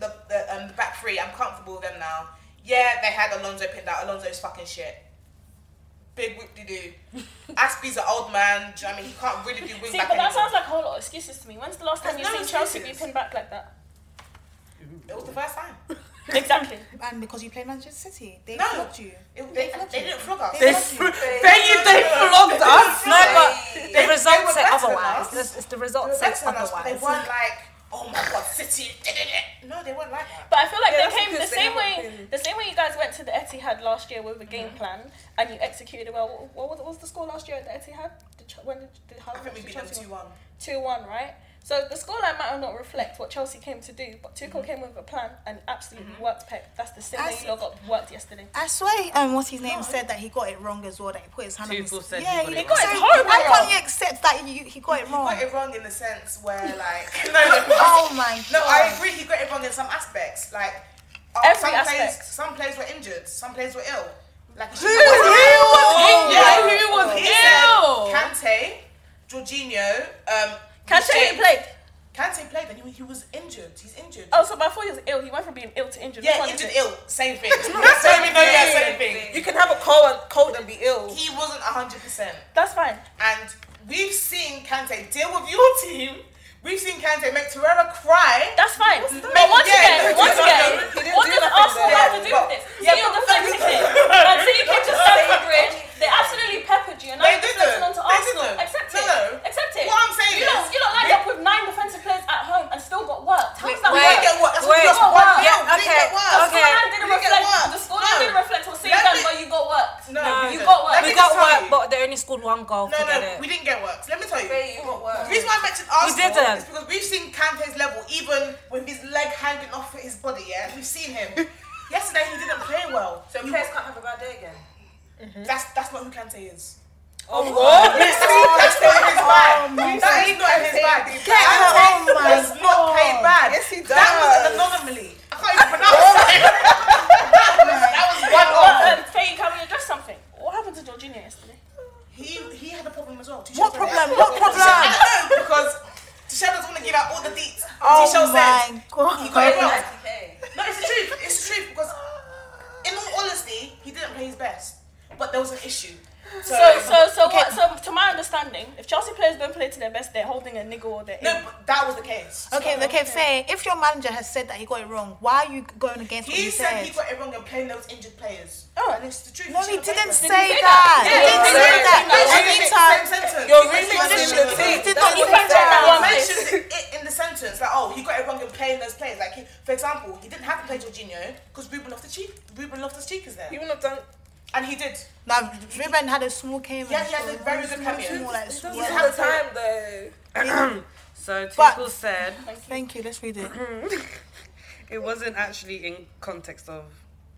The, the, um, the back three, I'm comfortable with them now. Yeah, they had Alonso pinned out. Alonso's fucking shit. Big whoop de <laughs> doo. Aspie's an old man. Do you know what I mean? He can't really do wing See, back but that anymore. sounds like a whole lot of excuses to me. When's the last time There's you've no seen Chelsea be excuses. pinned back like that? It was the first time. Exactly. And because you play Manchester City, they No. flogged you. It- they, they didn't flog us. They flogged you. They- they flogged us. No, but They- the they were results say better than otherwise. us. This is the They were results say better than us, but They otherwise. weren't like, oh my god, City. No, they weren't like that. But I feel like Yeah, they that's came the because they same haven't way. The same way you guys went to the Etihad last year with a game Mm-hmm. plan and you executed it well. What- What was, what was the score last year at the Etihad? Did, Ch- when did, did how I think we beat them 2-1. Two one, right? So the scoreline might not reflect what Chelsea came to do, but Tuchel Mm-hmm. came with a plan and absolutely worked. Pep, that's the same I way see. you lot got worked yesterday. I swear, um, what's his name said that he got it wrong as well. That he put his hand. up Tuchel his, said he yeah, got he it got wrong. so He it got wrong. it Why wrong. can't you accept that you, he got it wrong? He got it wrong in the sense where, <laughs> like, <laughs> <laughs> Oh my No, I God. agree. He got it wrong in some aspects. Like, uh, Every some aspect. players, some players were injured. Some players were ill. Like, Who- who was injured? Who was he ill? Said, Kante, Jorginho, um, Kante Shea- played. Kante played, and he, he was injured. He's injured. Oh, so by four years ill, he went from being ill to injured. Which Yeah, one is injured, it? ill, same thing. <laughs> same It's not the same thing. Yeah, thing. same thing. You can have a cold, cold and be ill. He wasn't hundred percent. That's fine. And we've seen Kante deal with your team. We've seen Kante make Torreira cry. That's fine. Make, But once yeah, again, once again, what does Arsenal have to do with this? See on the fence again. And so you came to Stamford Bridge, they absolutely peppered you, and now They you're just didn't. flipping onto They Arsenal. didn't. Accept No, it. no. Accept it. What I'm saying you lot, is- you lot lined up with nine defensive players at home and still got worked. How does that Wait, work? we get worked. That's what You we got got worked. worked. Yeah, we Okay, get worked. The okay. scoreline didn't We get reflect. worked. The scoreline No. didn't reflect what City Let done, me- but you got worked. No, you no. got worked. Let We me got tell work, you. but they only scored one goal. No, Forget no, it. we didn't get worked. Let me tell you. you got worked. The reason why I mentioned We Arsenal didn't. is because we've seen Kante's level, even with his leg hanging off his body. Yeah, we've <laughs> seen him. Yesterday he didn't play well. So players can't have a bad day again. That's that's not who Kante is. Oh, God. That's not his bag. Oh, my that God. is not his bag. Get Kante her. Oh, my does not play God. bad. Yes, he That was an does. Oh, anomaly. I can't even pronounce it. that was <laughs> that was one off. Um, Faye, can we address something? What happened to Jorginho yesterday? He he had a problem as well. What problem? What problem? I know because Tisha doesn't want to give out all the deets. Oh Tisha my said God. he got it wrong. No, it's the truth. It's the truth because in all honesty, he didn't play his best. But there was an issue. So, so, so, Okay. what, so, to my understanding, if Chelsea players don't play to their best, they're holding a niggle or they're No, in. but that was the case. Okay, okay, fair. If your manager has said that he got it wrong, why are you going against what He he said, said? he got it wrong and playing those injured players. Oh, and it's the truth. No, he should've played didn't them. say Did he say that? that? He Yeah, he didn't say did. that. He mentioned it in the same sentence. He mentioned it You're remixing- you're remixing in the team. sentence. Did not He even say that one bit. mentioned it in the sentence. Like, oh, he got it wrong in playing those players. Like, he, for example, he didn't have to play Jorginho because Ruben Loftus-Cheek, Ruben Loftus-Cheek is there. Ruben Loftus-Cheek. And he did. Now, Ruben had a small cameo. Yeah, he had a very good Small, cameo. small, like, He small. doesn't have the time, though. <clears throat> so Tuchel said, Thank you, let's read it. <laughs> it wasn't actually in context of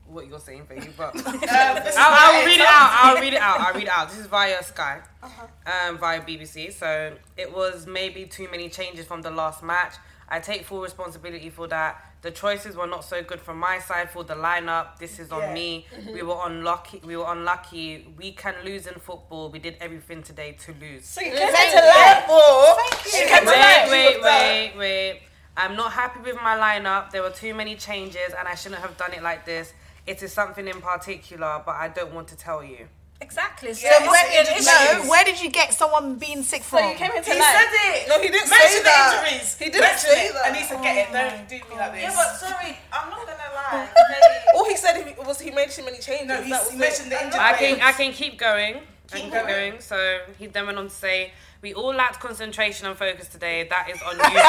what you're saying, baby, <laughs> but um, this is I'll, I'll my read it out. I'll read it out. I'll read it out. This is via Sky, um, via BBC. So it was maybe too many changes from the last match. I take full responsibility for that. The choices were not so good from my side for the lineup. This is on Yeah. me. We were unlucky. We were unlucky. We can lose in football. We did everything today to lose. So you came here to lie, or you. You came to lie. wait, wait, wait, wait. I'm not happy with my lineup. There were too many changes, and I shouldn't have done it like this. It is something in particular, but I don't want to tell you. Exactly. So Yeah, where, it's- it is no, news. where did you get someone being sick from? you came here He said it. No, he didn't Mention say the that. injuries. He didn't Mention say it. that. And he said, get it. Don't do me like this. Oh. Yeah, but sorry, I'm not gonna <laughs> lie. All he said he- was he made too many changes. No, he that was it. mentioned the And injury. I can I can keep going. I can Keep keep going. going. So he then went on to say, "We all lacked concentration and focus today. That is unusual."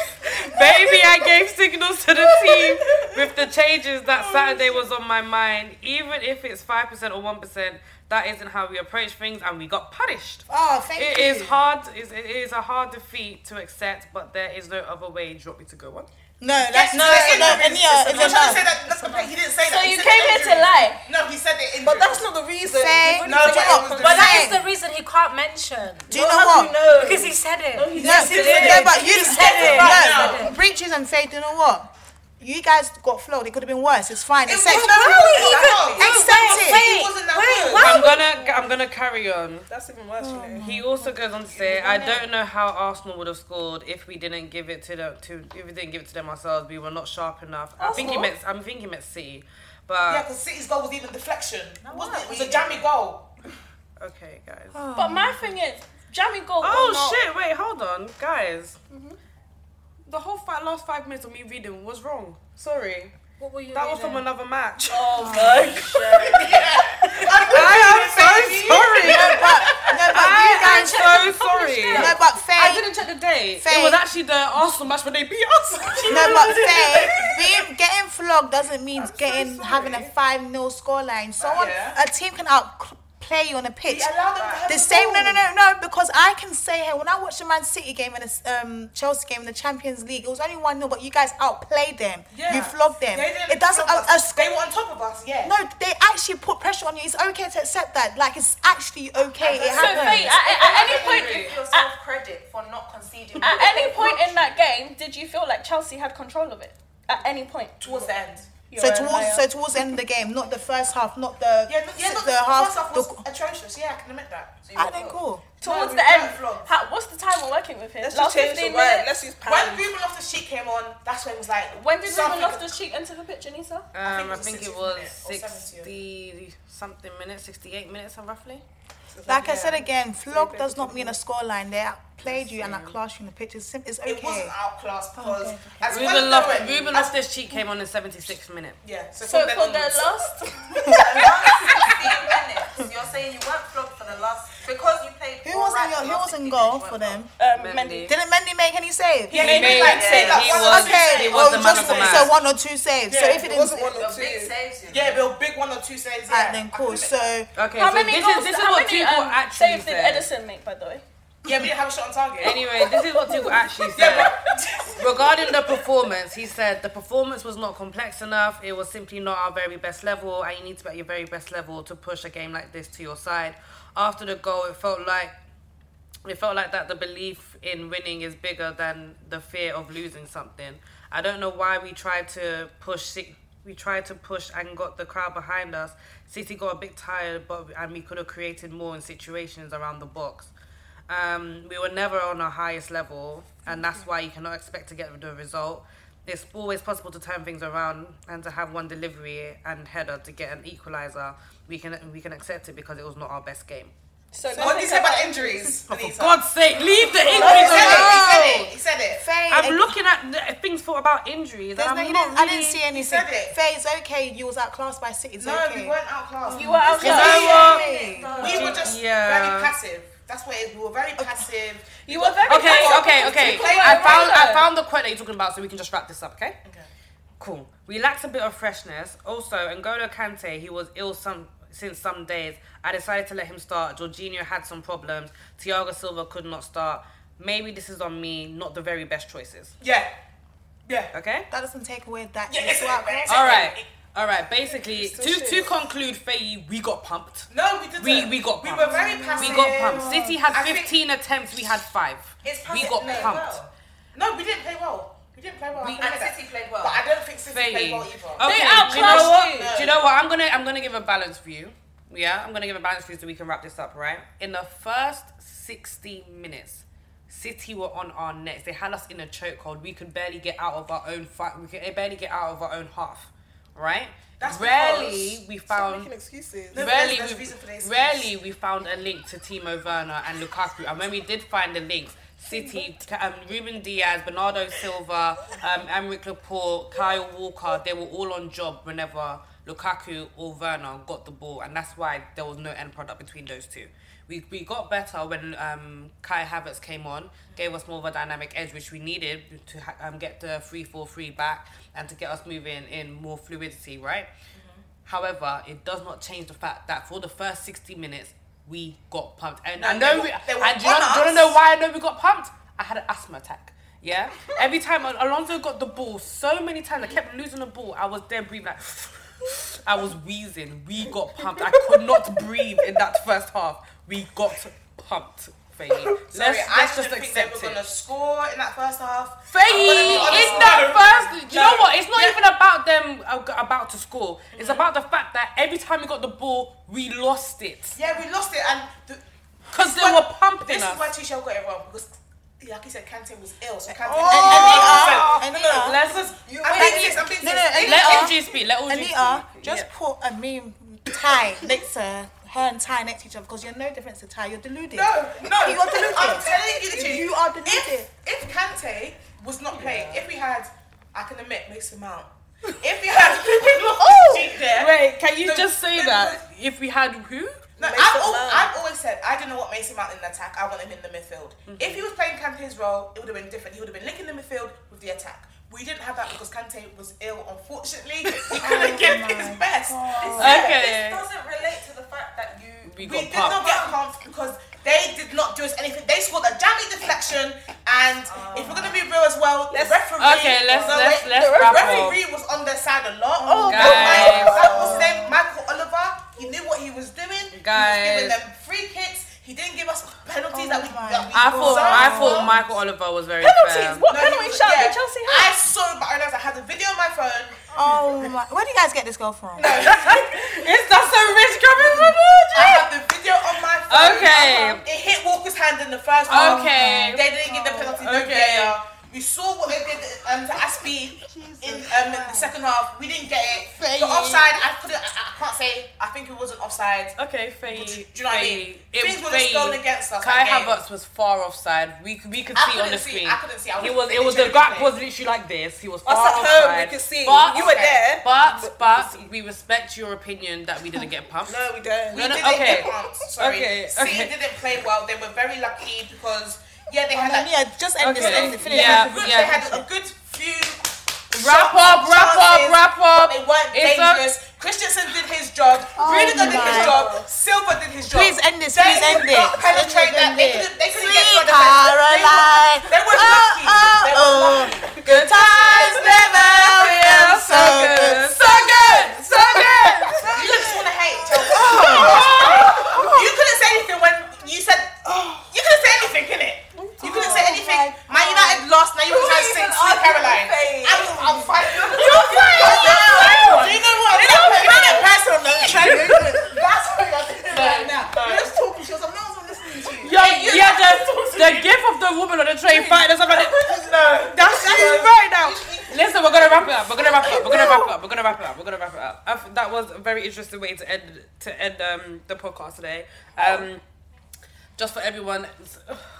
<laughs> <laughs> Baby, I gave signals to the <laughs> team with the changes Oh, that Saturday was on my mind. Even if it's five percent or one percent, that isn't how we approach things, and we got punished. Oh, thank It you. is hard. It is a hard defeat to accept, but there is no other way. Do you want me to go on? No, that's- no, no, Ania, I'm it's trying enough. to say that. That's the point. He didn't say So that. you said came the here to injuries. lie? No, he said the injury. But that's not the reason. Say- You've already No, but said it. it was the but that reason. is the reason he can't mention. Do you know what? Because he said it. he Yes, didn't. He said it. He said it. No, He said it. breaches and say, do you know what? You guys got flowed. It could have been worse. It's fine. It's was- why are we even- wait, accept it. wait, It wasn't that wait, good. why I'm would- gonna I'm gonna carry on. That's even worse. you know. Oh He also goes on to say, I don't know how Arsenal would have scored if we didn't give it to them. To if we didn't give it to them ourselves, we were not sharp enough. I think he Arsenal? meant. I'm thinking he meant City, but Yeah, because City's goal was even deflection. Wasn't it? It was a jammy goal. okay, guys. But my thing is, Jamie Gold. Oh shit! Wait, hold on, guys. Mm-hmm. The whole fi- last five minutes of me reading was wrong. Sorry. What were you? That was from another match. Oh <laughs> my I am so sorry. No, but- no, <laughs> but I you am guys- so sorry. No, but Faye- I didn't check the date. Faye- It was actually the Arsenal match when they beat <laughs> us. No, but say being getting flogged doesn't mean getting having a five 0 scoreline. Someone, Yeah. a team can outplay you on a pitch. allow them to have the the same. No, ball. no, no, no. Because I can say, hey, when I watched the Man City game and the um, Chelsea game in the Champions League, it was only one 0 but you guys outplayed them. You flogged them. They didn't It doesn't. flog A, a, They were on top of us, yeah. No, they actually put pressure on you. It's okay to accept that. Like it's actually okay. It So, happens. Faye, at- at- at any point- Give yourself credit for not conceding. At any point <laughs> in that game, did you feel like Chelsea had control of it? At any point? Towards the end. So towards so towards the end of the game, not the first half, not the Yeah, no, yeah, no, the half. first half the- was atrocious. Yeah, I can admit that. So you I were think cool. cool. Towards No, the we end. weren't flogged. How, what's the time we're working with here? Let's Last just change the 15 word. Let's minutes? use When Ruben Loftus-Cheek came on, that's when it was like... When did Ruben something- Loftus-Cheek enter the pitch, Anissa? Um, I think it was 60th minute or sixty something minutes, sixty-eight minutes, roughly. Like I said again, flog does not mean a scoreline. They outplayed you and outclassed you in the pitch. It's, sim- it's okay. It wasn't outclassed because... okay. As Ruben, well Lof- known- Ruben Loftus Cheek came on in 76 minutes. Yeah. So, from then onwards- <laughs> minutes, you're saying you weren't flogged for the last because you played. Who was in your, who was in goal for them? Um, Mendy. Didn't Mendy make any saves? Yeah, He he made, made, like, yeah, like, he one or was- two okay. he was oh, the man just of the one- match. so one or two saves. so Yeah, if it, it wasn't one didn't, or two. Yeah, they were big one or two saves. Yeah. Alright, then cool. So okay, how many goals, how many, people um, actually saves did said. Edison make, by the way? Yeah, we <laughs> didn't have a shot on target. Anyway, this is what Tuchel actually said. Regarding the performance, he said the performance was not complex enough. It was simply not our very best level, and you need to be at your very best level to push a game like this to your side. After the goal, it felt like it felt like that the belief in winning is bigger than the fear of losing something. I don't know why we tried to push si- we tried to push and got the crowd behind us. City got a bit tired, but and we could have created more in situations around the box. Um, we were never on our highest level, and that's why you cannot expect to get the result. It's always possible to turn things around and to have one delivery and header to get an equalizer. We can we can accept it because it was not our best game. So, what did he say about injuries? For God's sake, leave the No, injuries he said it, he said alone. it, he said it. I'm looking at the things thought about injuries. There's and no, I'm you not didn't, I didn't really- see anything. Faye, it's okay. You was outclassed by City. It's No, okay. we weren't outclassed. You were You outclassed. You know know what? what? We were just Yeah. very passive. That's what it is. We were very passive. You were very Okay, okay, okay. I found I found the quote that you're talking about, so we can just wrap this up, okay? Okay. Cool. We lacked a bit of freshness. Also, N'Golo Kante, he was ill some since some days. I decided to let him start. Jorginho had some problems. Thiago Silva could not start. Maybe this is on me, not the very best choices. Yeah. Yeah. Okay? That doesn't take away that. Yeah, it's- you were it's- outclassed. All right. All right. Basically, Still to, shit. to conclude, Faye, we got pumped. No, we didn't. We, we got We pumped. were very passive. We got pumped. City had I think- 15 attempts. We had five. It's we passive got play as pumped. well. No, we didn't play well. We didn't play well. We- I can admit and that. City played well. But I don't think City Faye. played well Okay, either. do you know what? Do you know what? I'm gonna I'm gonna give a balanced view. Yeah, I'm gonna give a balanced view so we can wrap this up, right? In the first 60 minutes, City were on our necks. They had us in a chokehold. We could barely get out of our own fight. We could barely get out of our own half. Right? That's rarely because- we Stop found making excuses. No, but there's- Rarely, there's we, reason for the excuse. rarely we found a link to Timo Werner and Lukaku, and when we did find the links, City, um, Ruben Diaz, Bernardo Silva, um, Emric Laporte, Kyle Walker, they were all on job whenever Lukaku or Werner got the ball, and that's why there was no end product between those two. We, we got better when um, Kai Havertz came on, gave us more of a dynamic edge, which we needed to ha- um, get the 3 4 3 back and to get us moving in more fluidity, right? However, it does not change the fact that for the first 60 minutes, we got pumped. And No, I they know, were- we, they were and do you, on know, do you wanna us. know why I know we got pumped? I had an asthma attack. <laughs> Yeah? Every time Al- Alonso got the ball, so many times I kept losing the ball, I was there breathing like, <sighs> I was wheezing. We got pumped. I could not breathe in that first half. We got pumped, Faye. <laughs> Let's, Sorry, I let's just didn't think they accept were it. gonna score in that first half. Faye, I'm gonna be honest. it's not first. You No. know what? It's not Yeah. Mm-hmm. even about them uh, about to score. It's about the fact that every time we got the ball, we lost it. Yeah, we lost it, and because they were pumping this us. is why Tuchel got it wrong because, like you said, Kante was ill, so Kante. Oh! and, And- and no, no, Anita- let's just. You- I'm Anita- being serious, I'm being No, no, serious. Anita- Let OG speak, let OG Anita, speak. just Yeah. put a meme tie next to her and Ty next to each other because you're no difference to Ty. You're deluded. No, no, you're deluded. I'm telling you the truth. You are deluded. If, if Kante was not playing, if we had, I can admit, Mason Mount. If we <laughs> had, Oh! Wait, can you just say that? If we had who? No, Mason I've, al- Mount. I've always said I don't know what Mason Mount in the attack. I want him in the midfield. Mm-hmm. If he was playing Kante's role, it would have been different. He would have been linking the midfield with the attack. We didn't have that because Kante was ill. Unfortunately, <laughs> <laughs> he couldn't give his best. Oh Okay. This doesn't relate to the fact that you We we, got did not get pumped because they did not do us anything. They scored a jammy deflection, and if we're gonna be real as well, the referee. okay, let's- no, let's- wait, let's the wrap referee was on their side a lot. Oh, Guys. was named Michael Oliver. He knew what he was doing. He was Guys. giving them free kicks. He didn't give us penalties that we. That we I thought I deserved. thought Michael Oliver was very fair. Penalties? What No, penalty he was- shot yeah. did Chelsea have? I saw it, but I realised I had the video on my phone. Oh my! Where do you guys get this girl from? Is that so rich coming from I have the video on my phone. Okay. Uh-huh. It hit Walker's hand in the first one. Okay. They didn't give the penalty. No Okay. player. We saw what they did um, to Aspie in um, the second half. We didn't get it. Faye. The offside, I couldn't. I, I can't say. I think it wasn't offside. Okay, Faye. Do you know what I mean? It Things was would have gone against us. Kai that game. Havertz was far offside. We c- we could I see on couldn't the see, screen. I couldn't see. I He was was. It was the literally gap looking. was literally like this. He was far Us at home, we offside. could see. But, You were there. But but we respect your opinion that we didn't <laughs> get pumped. No, we don't. We No, no, didn't okay. get pumped. Sorry. Okay, City okay. didn't play well. They were very lucky because yeah, they had Oh, no, that. yeah, just end this, end it, finish Yeah, it. Good, yeah. They had a good few. Wrap up, wrap up, wrap But up. they weren't It's a- dangerous. Christensen did his job. Oh Rudiger did his my job. Silva did his job. Please end this, They please end could not it. penetrate that. End it, They end it. couldn't. They couldn't get Sweet to our defense. They were- They were lucky. Oh, They were lucky. Good times never feel so good. So good, so good. You just want to hate Chelsea. You couldn't say anything when you said. You couldn't say anything, can it? You couldn't say anything. Man United lost. Now you Who want to even sing Sweet argued Caroline. with Faye? I'm, I'm fine. <laughs> You're fine. Do you know what? You're That's fine. what I'm personal. That's what I'm thinking right now. You're just talking. She was like, no one's listening to you. Yo, you yeah, the, the gift of the woman on the train fighting somebody. <laughs> No, that's that is right now. Listen, we're gonna wrap it up. We're gonna wrap it up. We're gonna wrap it up. We're gonna wrap it up. We're gonna wrap it up. I th- that was a very interesting way to end to end um the podcast today. Um, just for everyone,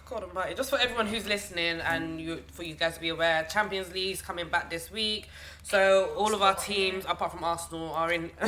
God Almighty, just for everyone who's listening and you for you guys to be aware, Champions League's coming back this week. So all of our teams, apart from Arsenal, are in <laughs>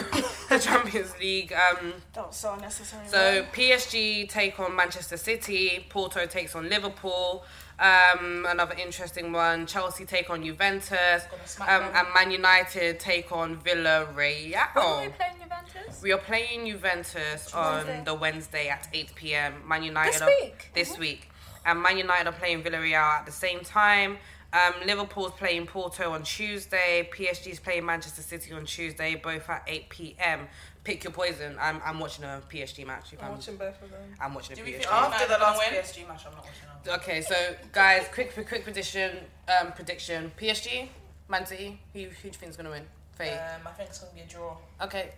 the Champions League. Um, That was so unnecessary. so PSG take on Manchester City, Porto takes on Liverpool. Um, another interesting one: Chelsea take on Juventus, um, and Man United take on Are we Villarreal. playing Juventus? We are playing Juventus on Wednesday. the Wednesday at 8 p.m. Man United This are- week? Mm-hmm. This week, and Man United are playing Villarreal at the same time. Um, Liverpool's playing Porto on Tuesday. PSG's playing Manchester City on Tuesday, both at 8 p.m. Pick your poison. I'm, I'm watching a PSG match. If I'm, I'm watching both of them. I'm watching a Do we PSG. think match. After the last PSG match, I'm not watching. Okay, so guys, quick, quick, quick prediction. Um, prediction: PSG, Man City. Who, who do you think's gonna win? Faye. Um, I think it's gonna be a draw. Okay.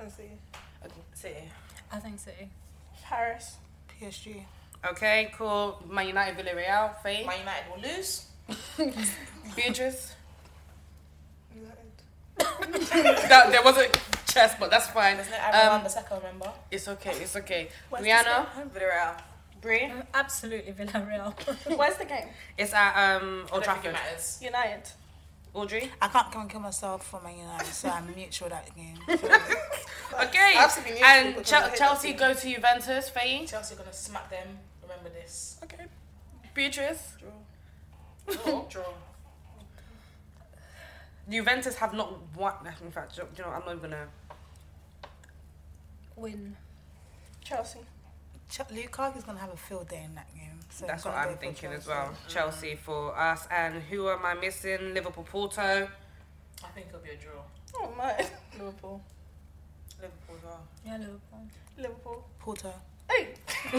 Let's see. Okay. City. I think City. Paris. PSG. Okay, cool. Man United, Villarreal, Faye. Man United will lose. <laughs> Beatrice. that, there wasn't chess, but that's fine. There's no Aaron um, Wan-Bissaka, remember? It's okay, it's okay. Where's the Rihanna. Villarreal. Brie. Uh, Absolutely Villarreal. <laughs> Where's the game? It's at um, Old think it Trafford. United. Audrey? I can't can't kill myself for my United, so I'm neutral that game. Okay. Absolutely. And Because Chel- I hate that Chelsea team. go to Juventus, Faye. Chelsea are gonna smack them. Remember this. Okay. Beatrice. Draw. Draw. Juventus have not won. In fact, do you know, what? I'm not even gonna. Win. Chelsea. Ch- Lukaku's gonna have a field day in that game. So That's he's what gonna I'm go for thinking as Chelsea. well. Chelsea for us. And who am I missing? Liverpool Porto. I think it'll be a draw. Oh my. Liverpool. Liverpool as well. Yeah, Liverpool. Liverpool. Porto. Hey. <laughs>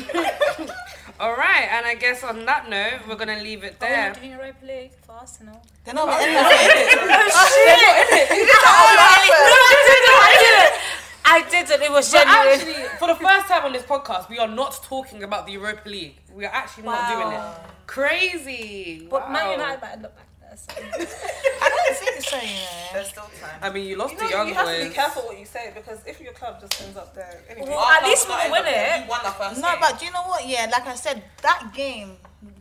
All right. And I guess on that note, we're going to leave it Oh, we're there. not doing Europa League for Arsenal. Oh, They're not Oh, in it. <laughs> I didn't. It was But genuine. actually, for the first time on this podcast, we are not talking about the Europa League. We are actually not doing Wow. it. Crazy. But Man Wow. United might look back <laughs> there. So. I don't think so. You There's still time. I mean, you lost You, know, the young you have to be boys. careful what you say because if your club just ends up there, anyway. Well, at least we Arsenal win end up there. it. You won the first No, game. but do you know what? Yeah, like I said, that game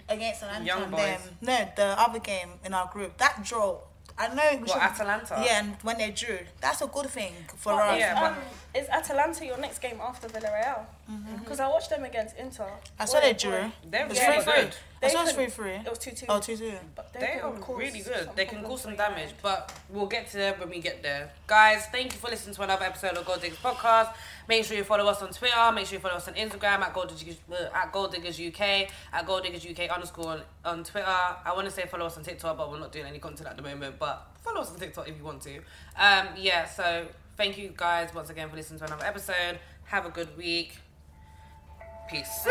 against Atlanta, Young and boys. them- no, the other game in our group, that draw. I know. We What, Atalanta? Yeah, and when they drew, that's a good thing for What us. is, um, is Atalanta your next game after Villarreal? Mm-hmm. Because I watched them against Inter. I saw Oi, they oi. drew. They're It was really three-three. good. I They saw it was couldn't- 3-3. It was 2 2. Oh, 2-2. They, They can are cause really good. some They can problems cause some later. damage, but we'll get to them when we get there. Guys, thank you for listening to another episode of Gold Diggers Podcast. Make sure you follow us on Twitter. Make sure you follow us on Instagram at Gold Diggers, uh, at Gold Diggers UK, at Gold Diggers UK underscore on, on Twitter. I want to say follow us on TikTok, but we're not doing any content at the moment. But follow us on TikTok if you want to. Um, yeah, so thank you guys once again for listening to another episode. Have a good week. Peace.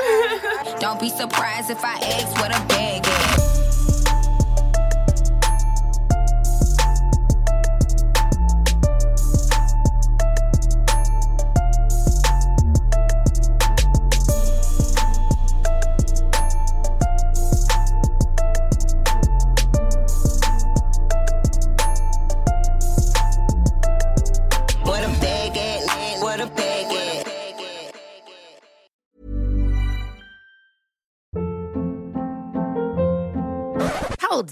Don't be surprised if I ask what a bag is. What a bag at, man, what a bag at. <laughs> Hold